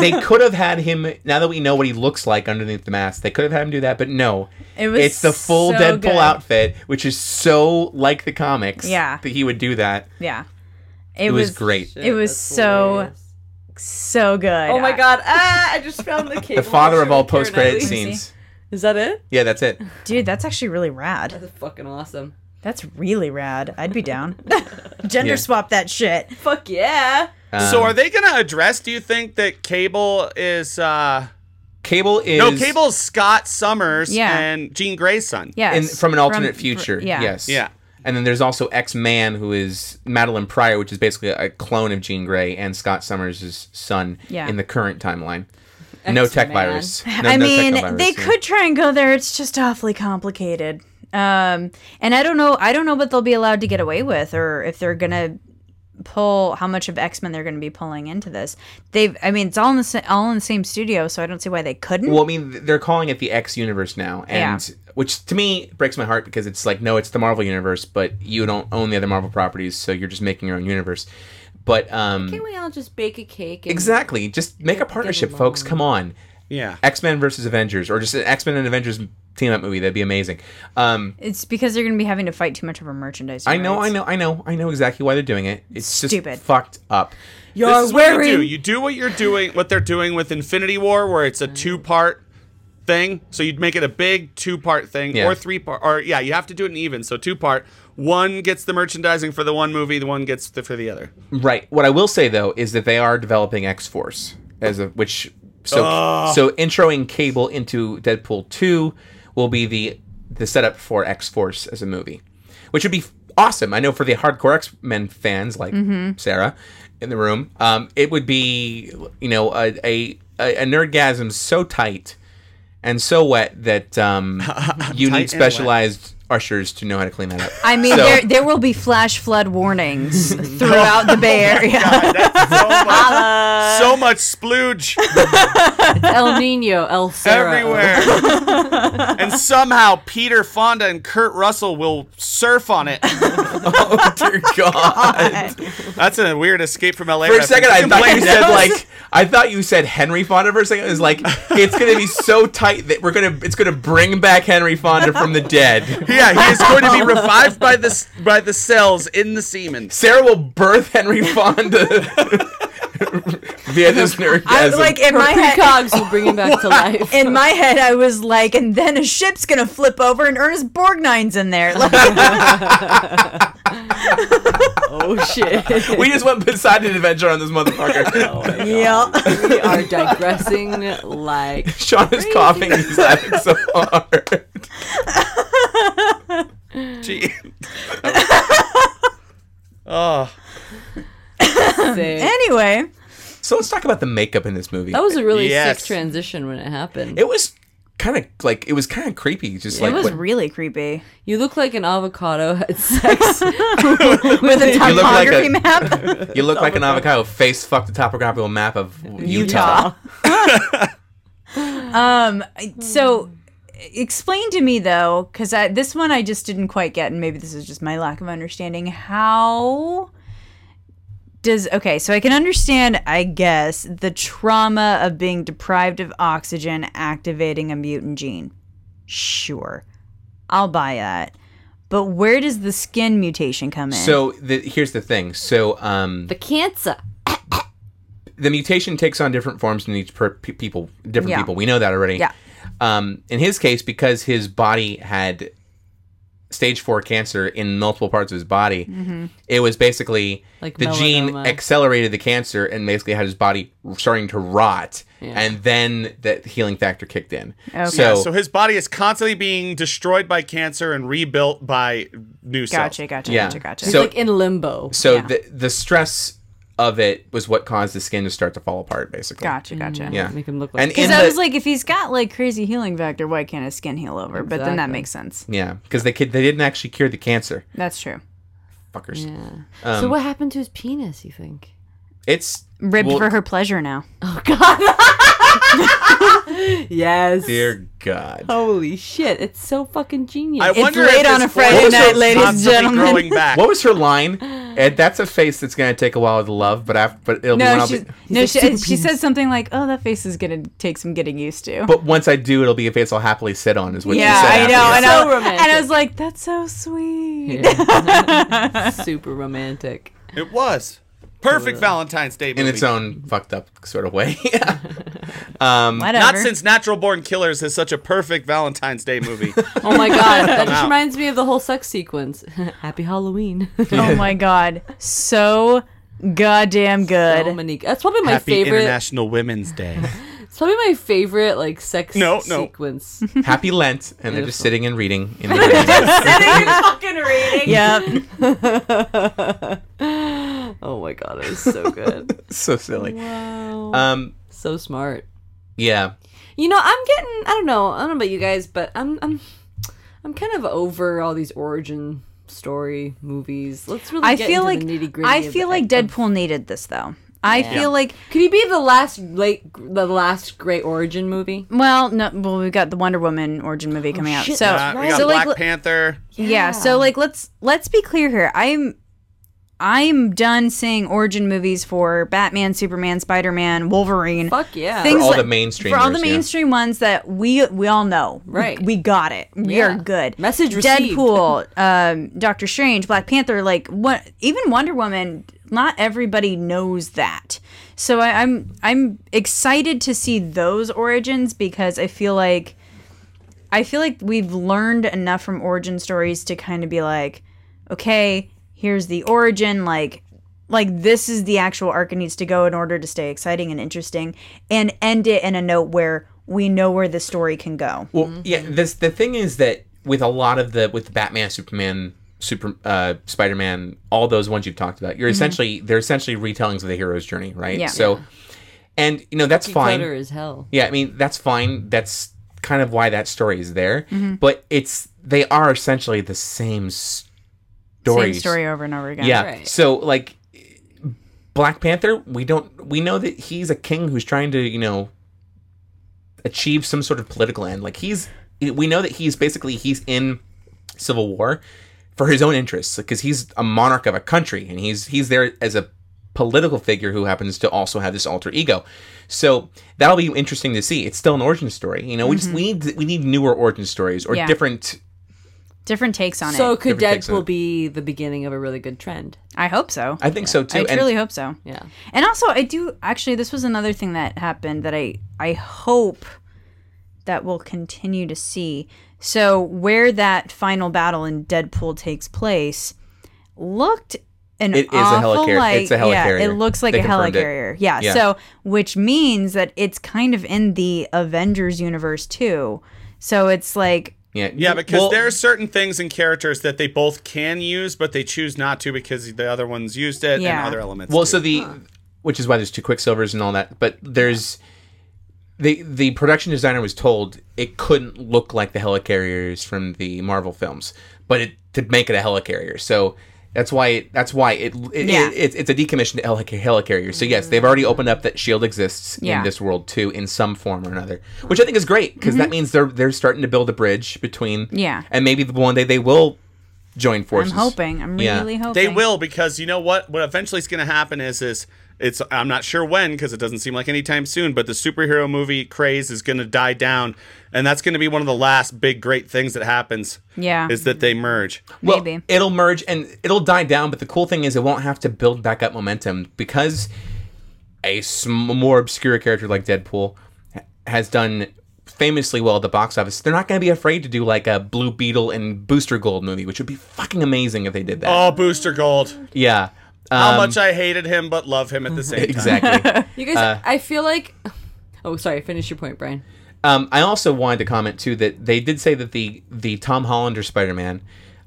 they could have had him. Now that we know what he looks like underneath the mask, they could have had him do that, but no. It was it's the full so Deadpool good. outfit, which is so like the comics. Yeah. that he would do that. Yeah, It was great. It was so so good. Oh my god! Ah, I just found the Cable. The father of all picture post with Keira Knightley. credit scenes. Is that it? Yeah, that's it. dude, that's actually really rad. That's fucking awesome. That's really rad. I'd be down. Gender Yeah. swap that shit. Fuck yeah! so, are they going to address? Do you think that Cable is? uh Cable is No, Cable's Scott Summers Yeah. and Jean Grey's son. Yes, in, from an alternate future. fr- yeah. Yes. Yeah. And then there's also X Man, who is Madeline Pryor, which is basically a clone of Jean Grey and Scott Summers' son Yeah. in the current timeline. No tech X-Man. virus. No, I no mean, technovirus, they yeah. could try and go there. It's just awfully complicated. Um, and I don't know. I don't know what they'll be allowed to get away with, or if they're gonna pull how much of X Men they're gonna be pulling into this. They've. I mean, it's all in the sa- all in the same studio, so I don't see why they couldn't. Well, I mean, th- they're calling it the X universe now, and which to me breaks my heart because it's like, no, it's the Marvel universe, but you don't own the other Marvel properties, so you're just making your own universe. But um, Can we all just bake a cake? And- exactly, just make a partnership, folks. Come on, Yeah. X Men versus Avengers, or just an X Men and Avengers team up movie. That'd be amazing. Um, it's because they're gonna be having to fight too much over merchandise. I know, I know, I know, I know exactly why they're doing it. It's Stupid. just fucked up. this is what you do. You do what you're doing, what they're doing with Infinity War, where it's a two-part thing. So you'd make it a big two-part thing, Yeah. or three-part, or yeah, you have to do it in even. So two-part. One gets the merchandising for the one movie, the one gets the, for the other. Right. What I will say though is that they are developing X Force as a which so so introing Cable into Deadpool two will be the the setup for X Force as a movie, which would be f- awesome. I know for the hardcore X Men fans like Sarah in the room, um, it would be you know a a, a, a nerdgasm so tight and so wet that um, you need wet. specialized ushers to know how to clean that up. I mean, So- there there will be flash flood warnings throughout the Bay Area. so much splooge El Nino, El Cerro. everywhere. and somehow Peter Fonda and Kurt Russell will surf on it. oh dear God. That's a weird escape from LA. For a reference. second, You I can thought blame you that. said like I thought you said Henry Fonda for a second. It was like it's gonna be so tight that we're gonna it's gonna bring back Henry Fonda from the dead. yeah, he is going to be revived by the s- by the cells in the semen. Sarah will birth Henry Fonda via this nerdgasm. I was like in my head. Precogs will bring him back to life. In my head, I was like, and then a ship's gonna flip over, and Ernest Borgnine's in there. Like, oh shit. we just went Poseidon Adventure on this motherfucker. yeah. we are digressing like Sean is coughing. He's laughing so hard. Gee. oh, sick. Anyway, So let's talk about the makeup in this movie. That was a really Yes. sick transition when it happened. it was kind of like it was kind of creepy. Just It like was what- really creepy. You look like an avocado had sex. With a look like a- topography map, you look like an avocado face fucked a topographical map of Utah. um. So, explain to me though, because this one I just didn't quite get, and maybe this is just my lack of understanding. How does okay? So I can understand, I guess, the trauma of being deprived of oxygen activating a mutant gene. Sure, I'll buy that. But where does the skin mutation come in? So the, here's the thing. So um, Eh. the cancer. the mutation takes on different forms in each per- pe- people, different Yeah. people. We know that already. Yeah. Um, in his case, because his body had stage four cancer in multiple parts of his body, it was basically Mm-hmm. Like the gene melanoma. accelerated the cancer and basically had his body starting to rot, and then that healing factor kicked in. Okay. So, So his body is constantly being destroyed by cancer and rebuilt by new gotcha, cells. gotcha, yeah. gotcha, gotcha. He's So- like in limbo. so the the stress of it was what caused the skin to start to fall apart, basically. Gotcha, gotcha. Yeah. Make him look like And that. in Mm. Because I the- was like, if he's got like crazy healing factor, why can't his skin heal over? But then that Exactly. makes sense. Yeah, because they could, they didn't actually cure the cancer, That's true. fuckers. Yeah. um, so what happened to his penis? You think? It's Ribbed well, for her pleasure now. Yes. Dear God, Holy shit! It's so fucking genius. I wonder late if on his a Friday forehead's night, ladies and constantly gentlemen. Growing back. what was her line? And that's a face that's gonna take a while to love, but after, but it'll be when No, I'll she, be, no, she, she said something like, "Oh, that face is gonna take some getting used to." but once I do, it'll be a face I'll happily sit on. Is what yeah, she I said. know, I afterwards. know. So romantic. and I was like, "That's so sweet." Super romantic. It was perfect Valentine's Day movie. in its own fucked up sort of way. Whatever. Not since Natural Born Killers is such a perfect Valentine's Day movie. Oh my god, that Wow. just reminds me of the whole sex sequence. Happy Halloween. oh my god, so goddamn good. So many- That's probably my Happy favorite. International Women's Day. It's probably my favorite like sex No, no. sequence. Happy Lent, and they're just Beautiful. sitting and reading. In the fucking reading. yep. Oh my god, it was so good. so silly. Um, so smart. yeah, You know, I'm getting I don't know, I don't know about you guys, but I'm I'm I'm kind of over all these origin story movies. Let's really I get feel like into the nitty-gritty I of feel the- like of- Deadpool needed this though. I feel like Could he be the last late the last great origin movie? well, no, well, we've got the Wonder Woman origin movie coming out. shit, so, Uh, we got so Black like, Panther. yeah. so like let's let's be clear here i'm i'm done seeing origin movies for batman superman spider-man wolverine Fuck yeah. Things all like- the mainstream. for all the ones, yeah. mainstream ones that we we all know Right. we got it we Yeah. are good Message received. deadpool um doctor strange black panther like what even wonder woman not everybody knows that so I, i'm i'm excited to see those origins because i feel like I feel like we've learned enough from origin stories to kind of be like, okay, here's the origin, like like this is the actual arc it needs to go in order to stay exciting and interesting and end it in a note where we know where the story can go. Well, yeah. This the thing is that with a lot of the with Batman, Superman, Super uh, Spider Man, all those ones you've talked about, you're essentially they're essentially retellings of the hero's journey, right? Mm-hmm. Yeah. So, and you know that's fine. Clutter as hell. Yeah, I mean that's fine. That's kind of why that story is there. Mm-hmm. But it's they are essentially the same Same story. story over and over again. Yeah. Right. So like Black Panther, we don't we know that he's a king who's trying to, you know, achieve some sort of political end. Like he's we know that he's basically he's in civil war for his own interests because he's a monarch of a country and he's he's there as a political figure who happens to also have this alter ego. So that'll be interesting to see. It's still an origin story. You know, we just we need we need newer origin stories or Yeah. different Different takes on So it. could Different takes on Deadpool it. be the beginning of a really good trend? I hope so. I think so too. I And- truly hope so. Yeah. And also, I do actually. This was another thing that happened that I I hope that we'll continue to see. So where that final battle in Deadpool takes place looked an It is a awful helicar- like it's a yeah, it helicarrier. looks like They a confirmed it. helicarrier. Yeah, Yeah. So which means that it's kind of in the Avengers universe too. So it's like yeah, Yeah, because Well- there are certain things and characters that they both can use, but they choose not to because the other ones used it Yeah. and other elements. Well, do. so the which is why there's two Quicksilvers and all that, but there's the the production designer was told it couldn't look like the helicarriers from the Marvel films, but it to make it a helicarrier. So that's why it, that's why it, it, Yeah. it- it's it's a decommissioned helic- helicarrier. So yes, they've already opened up that Shield exists Yeah. in this world too, in some form or another, which I think is great because that means they're they're starting to build a bridge between Mm-hmm. Yeah. and maybe the- one day they will join I'm forces. hoping. I'm Yeah. really hoping They will because you know what? What eventually is going to happen is is it's I'm not sure when because it doesn't seem like anytime soon. But the superhero movie craze is going to die down, and that's going to be one of the last big great things that happens. Yeah. is that they merge. Well, Maybe. it'll merge and it'll die down, but the cool thing is it won't have to build back up momentum because a sm- more obscure character like Deadpool ha- has done famously well at the box office. They're not going to be afraid to do like a Blue Beetle and Booster Gold movie, which would be fucking amazing if they did that. Oh, Booster Gold! yeah. How Um, much I hated him, but love him at the same time. exactly. You guys, I feel like. Oh, sorry. Finish your point, Brian. um, I also wanted to comment too that they did say that the the Tom Hollander Spider Man.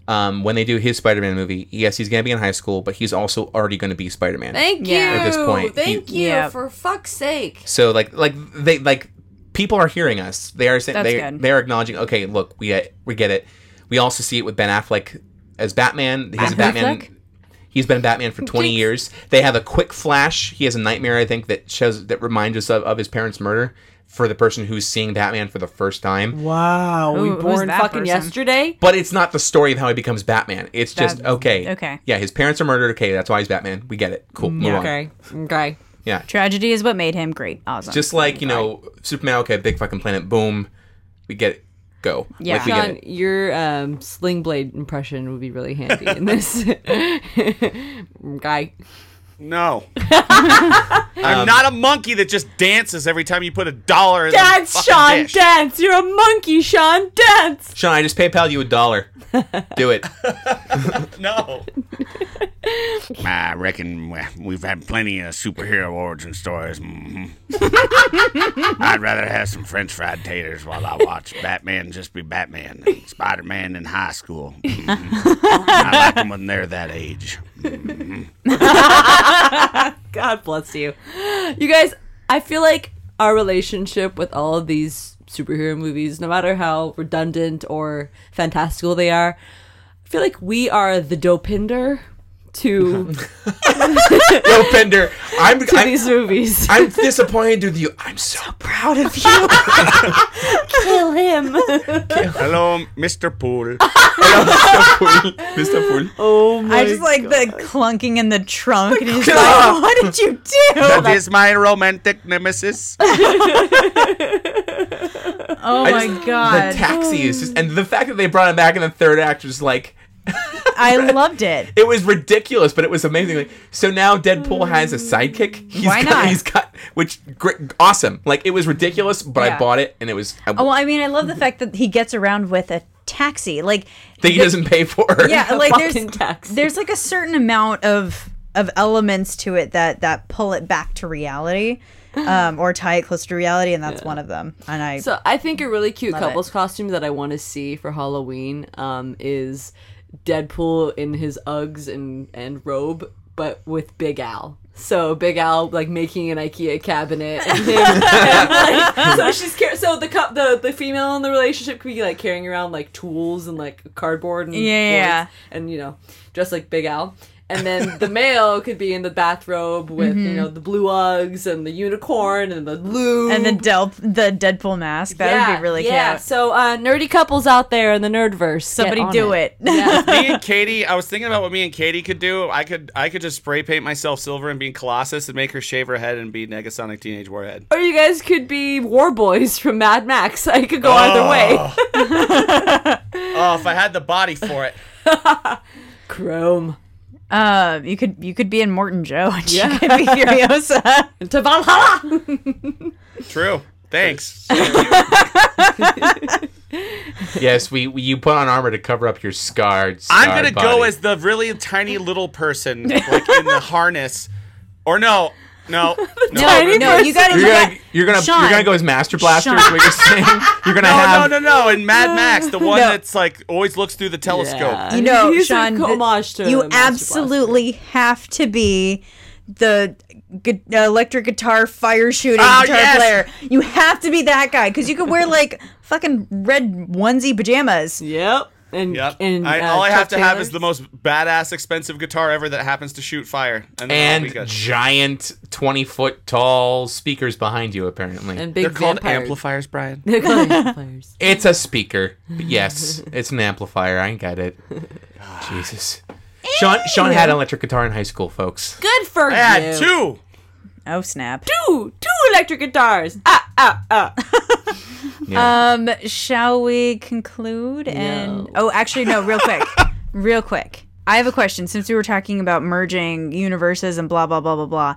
Um, when they do his Spider-Man movie, yes, he's gonna be in high school, but he's also already gonna be Spider-Man. Thank Yeah. you. At this point, Thank you Yeah. for fuck's sake. So like like they like people are hearing us. They are saying That's they good. they are acknowledging. Okay, look, we get, we get it. We also see it with Ben Affleck as Batman. He's a Batman. Affleck? He's been Batman for twenty years. They have a quick flash. He has a nightmare, I think, that shows that reminds us of, of his parents' murder for the person who's seeing Batman for the first time. Wow, Ooh, we who's born that Fucking person? yesterday. But it's not the story of how he becomes Batman. It's just That's- okay. okay. Yeah, his parents are murdered. Okay, that's why he's Batman. We get it. Cool. Move on. Okay. Okay. Yeah. Tragedy is what made him great. Awesome. Just like you know, Superman. Okay, big fucking planet. Boom, we get it. Go. Yeah. Like, we get John, it. your um, sling blade impression would be really handy in this. Guy. No, I'm not a monkey that just dances every time you put a dollar in the fucking dish. Dance. You're a monkey, Sean. Dance. Sean, I just PayPal you a dollar. Do it. No, I reckon we- we've had plenty of superhero origin stories. hmm I'd rather have some French fried taters while I watch Batman just be Batman and Spider Man in high school. Mhm. I like them when they're that age. God bless you. You guys, I feel like our relationship with all of these superhero movies, no matter how redundant or fantastical they are, I feel like we are the dopinder to, Yo, Fender, I'm to I'm, these movies. I'm disappointed with you. I'm so proud of you. Kill him. hello, Mr. Poodle. Mr. Fool. Oh I just like the clunking in the trunk, and he's like, "What did you do?" that is my romantic nemesis. Oh my god, Oh. The taxi is just, and the fact that they brought him back in the third act was like, I loved it. it was ridiculous, but it was amazing. Like, so now Deadpool has a sidekick. He's Mm. Why got, not? He's got which great, awesome. Like it was ridiculous, but Yeah. I bought it, and it was. I, Oh, well, I mean, I love the fact that he gets around with a taxi. Like, that he doesn't pay for. yeah, like fucking there's taxi. there's like a certain amount of of elements to it that that pull it back to reality, um, or tie it close to reality, and that's one of them. And I So I think a really cute it. couples costume that I want to see for Halloween um, is Deadpool in his Uggs and, and robe, but with Big Al. So Big Al like making an IKEA cabinet, and him, and, like, so she's car- so the cou- the the female in the relationship could be like carrying around like tools and like cardboard and Yeah. boards and you know dressed like Big Al, and then the male could be in the bathrobe with Mm-hmm. you know the blue Uggs and the unicorn and the lube and the Del the Deadpool mask that would be really yeah. cute. So uh, nerdy couples out there in the nerdverse, Somebody do it. me and Katie, I was thinking about what me and Katie could do. I could I could just spray paint myself silver and be Colossus and make her shave her head and be Negasonic Teenage Warhead. Or you guys could be war boys from Mad Max. I could go either way. Ah. Oh, if I had the body for it. Chrome Uh, you could you could be in Morton Joe and she could be Furiosa. to Valhalla. True. Thanks. yes, we, we you put on armor to cover up your scars. I'm gonna go as the really tiny little person, like in the harness. Or no, no, no, no, no, you gotta You're you gonna got- you're gonna Sean. you're gonna go as Master Blaster. Is what you're saying? You're gonna no, have no, no, no. In Mad Max, the one No. that's like always looks through the telescope. Yeah. you know, He's a Sean, th- homage to you Master Blaster. absolutely have to be the gu- electric guitar fire shooting Oh, Ah, guitar yes! player. You have to be that guy because you could wear like fucking red onesie pajamas. Yep. And, Yep. and I, uh, all I Chuck have to have Taylor. is the most badass, expensive guitar ever that happens to shoot fire, and then I'll be and good. giant 20 foot tall speakers behind you apparently and big they're called vampires. amplifiers, Brian. They're called amplifiers. it's a speaker But yes it's an amplifier i get it jesus sean sean had an electric guitar in high school folks Good for I you. had two. Oh snap! two, two electric guitars. Ah, ah, ah. Um, shall we conclude? And No. oh, actually, no. Real quick, real quick. I have a question. Since we were talking about merging universes and blah blah blah blah blah,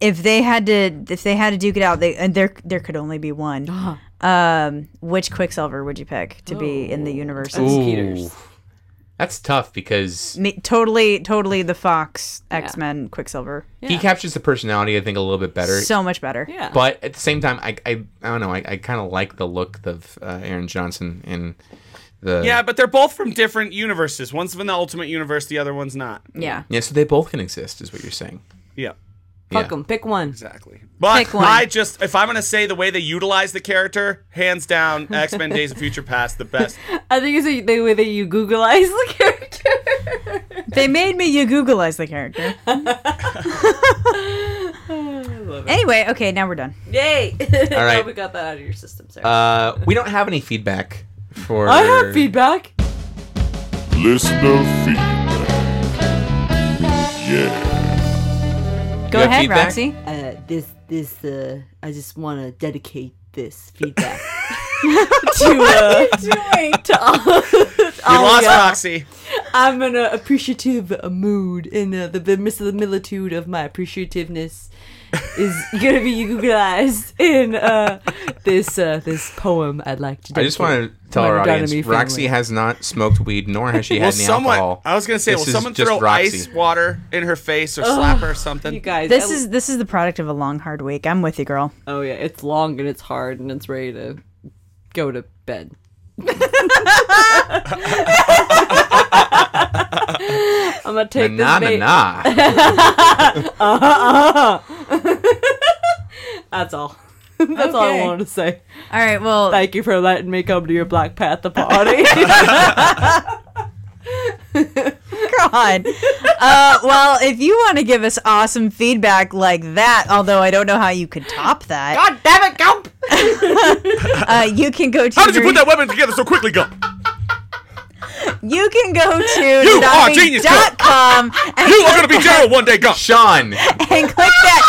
if they had to, if they had to duke it out, they and there there could only be one. Uh-huh. Um, which Quicksilver would you pick to be in the universes? Ooh. that's tough because Me, totally, totally the Fox X Men Quicksilver. he captures the personality i think a little bit better So much better. Yeah. but at the same time i i, I don't know i, I kind of like the look of uh, aaron johnson in the Yeah, but they're both from different universes. One's from the Ultimate Universe, the other one's not. Yeah. yeah so they both can exist is what you're saying Yeah. Fuck Yeah. 'em. Pick one. Exactly. But Pick one. I just, if I'm going to say the way they utilize the character, hands down, X Men Days of Future Past, the best. I think it's the way that you Googleize the character. They made me you Googleize the character. anyway, okay, now we're done. Yay! All right. we got that out of your system, Sarah. uh we don't have any feedback for I er, have feedback. Listener feedback. Yeah. Go have ahead, feedback? Roxy. Uh, this, this, uh, I just want to dedicate this feedback to, uh, to all, We all lost y'all. Roxy. I'm in an appreciative mood, and uh, the verisimilitude of my appreciativeness is gonna be Googleized in uh, this uh, this poem I'd like to. I just want to dedicate tell our my audience Donomy Roxy family. has not smoked weed nor has she had Will any someone, alcohol. I was going to say, This will is someone just throw Roxy. ice water in her face or slap her or something? You guys, This I- is this is the product of a long hard week. I'm with you, girl. oh yeah, it's long and it's hard and it's ready to go to bed. I'm gonna take Nah, this. nah, bait- nah. That's all. That's all I Okay. wanted to say. All right, well, Thank you for letting me come to your Black Panther party. God. Uh, well, if you want to give us awesome feedback like that, although I don't know how you could top that. God damn it, Gump! uh, you can go to How did you put that weapon together so quickly, Go? You can go to You are a genius, girl. Tsunami.com and, You are going to be Gerald one day, Go. Sean. and click that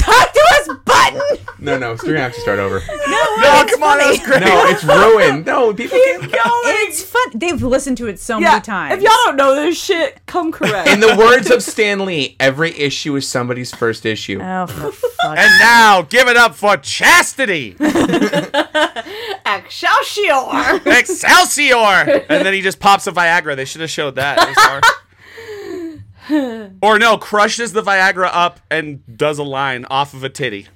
talk to us button. No, no, we're gonna have to start over. No, Oh, come on, that was great. No, it's ruined. No, people can't. It's fun. They've listened to it so many times. If y'all don't know this shit, come correct. In the words of Stan Lee, every issue is somebody's first issue. oh, for fuck. And now, give it up for Chastity. Excelsior! Excelsior! And then he just pops a Viagra. They should have showed that. It was hard. or no, crushes the Viagra up and does a line off of a titty.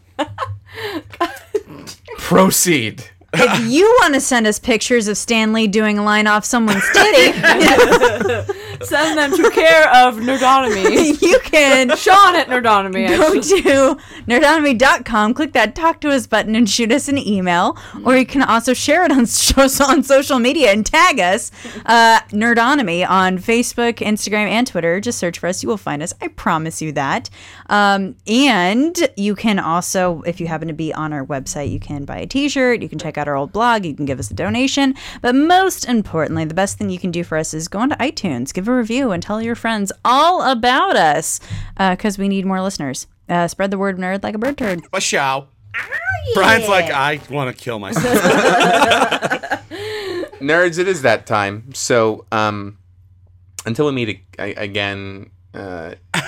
Proceed. if you want to send us pictures of Stanley doing a line off someone's titty, Send them to care of Nerdonomy. you can Sean at Nerdonomy. go actually. to nerdonomy.com, click that talk to us button, and shoot us an email. Or you can also share it on, so- on social media and tag us. Uh, Nerdonomy on Facebook, Instagram, and Twitter. Just search for us. You will find us. I promise you that. Um, and you can also, if you happen to be on our website, you can buy a t shirt, you can check out our old blog, you can give us a donation. But most importantly, the best thing you can do for us is go onto iTunes, give a review, and tell your friends all about us because we need more listeners. Uh, spread the word of nerd like a bird turd. But shall. Brian's like, I want to kill myself. Nerds, it is that time. So, um, until we meet ag- a- again, uh,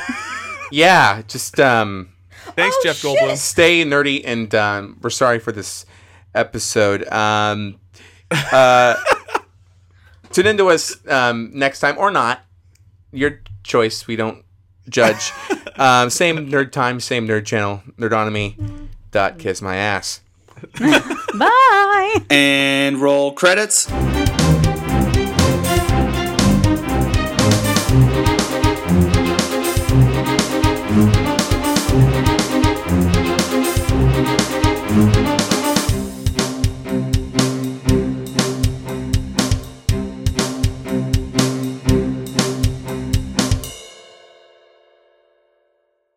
yeah, just um, Thanks, Jeff Goldblum. stay nerdy and um, we're sorry for this episode um, uh, tune into us um, next time or not your choice we don't judge um, same nerd time same nerd channel nerdonomy dot kiss my ass Bye. And roll credits.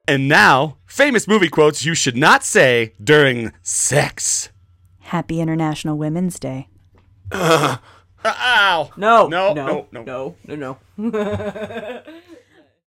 And now, famous movie quotes you should not say during sex. Happy International Women's Day. Ow. No, No, Uh, no, no, no, no, no, no.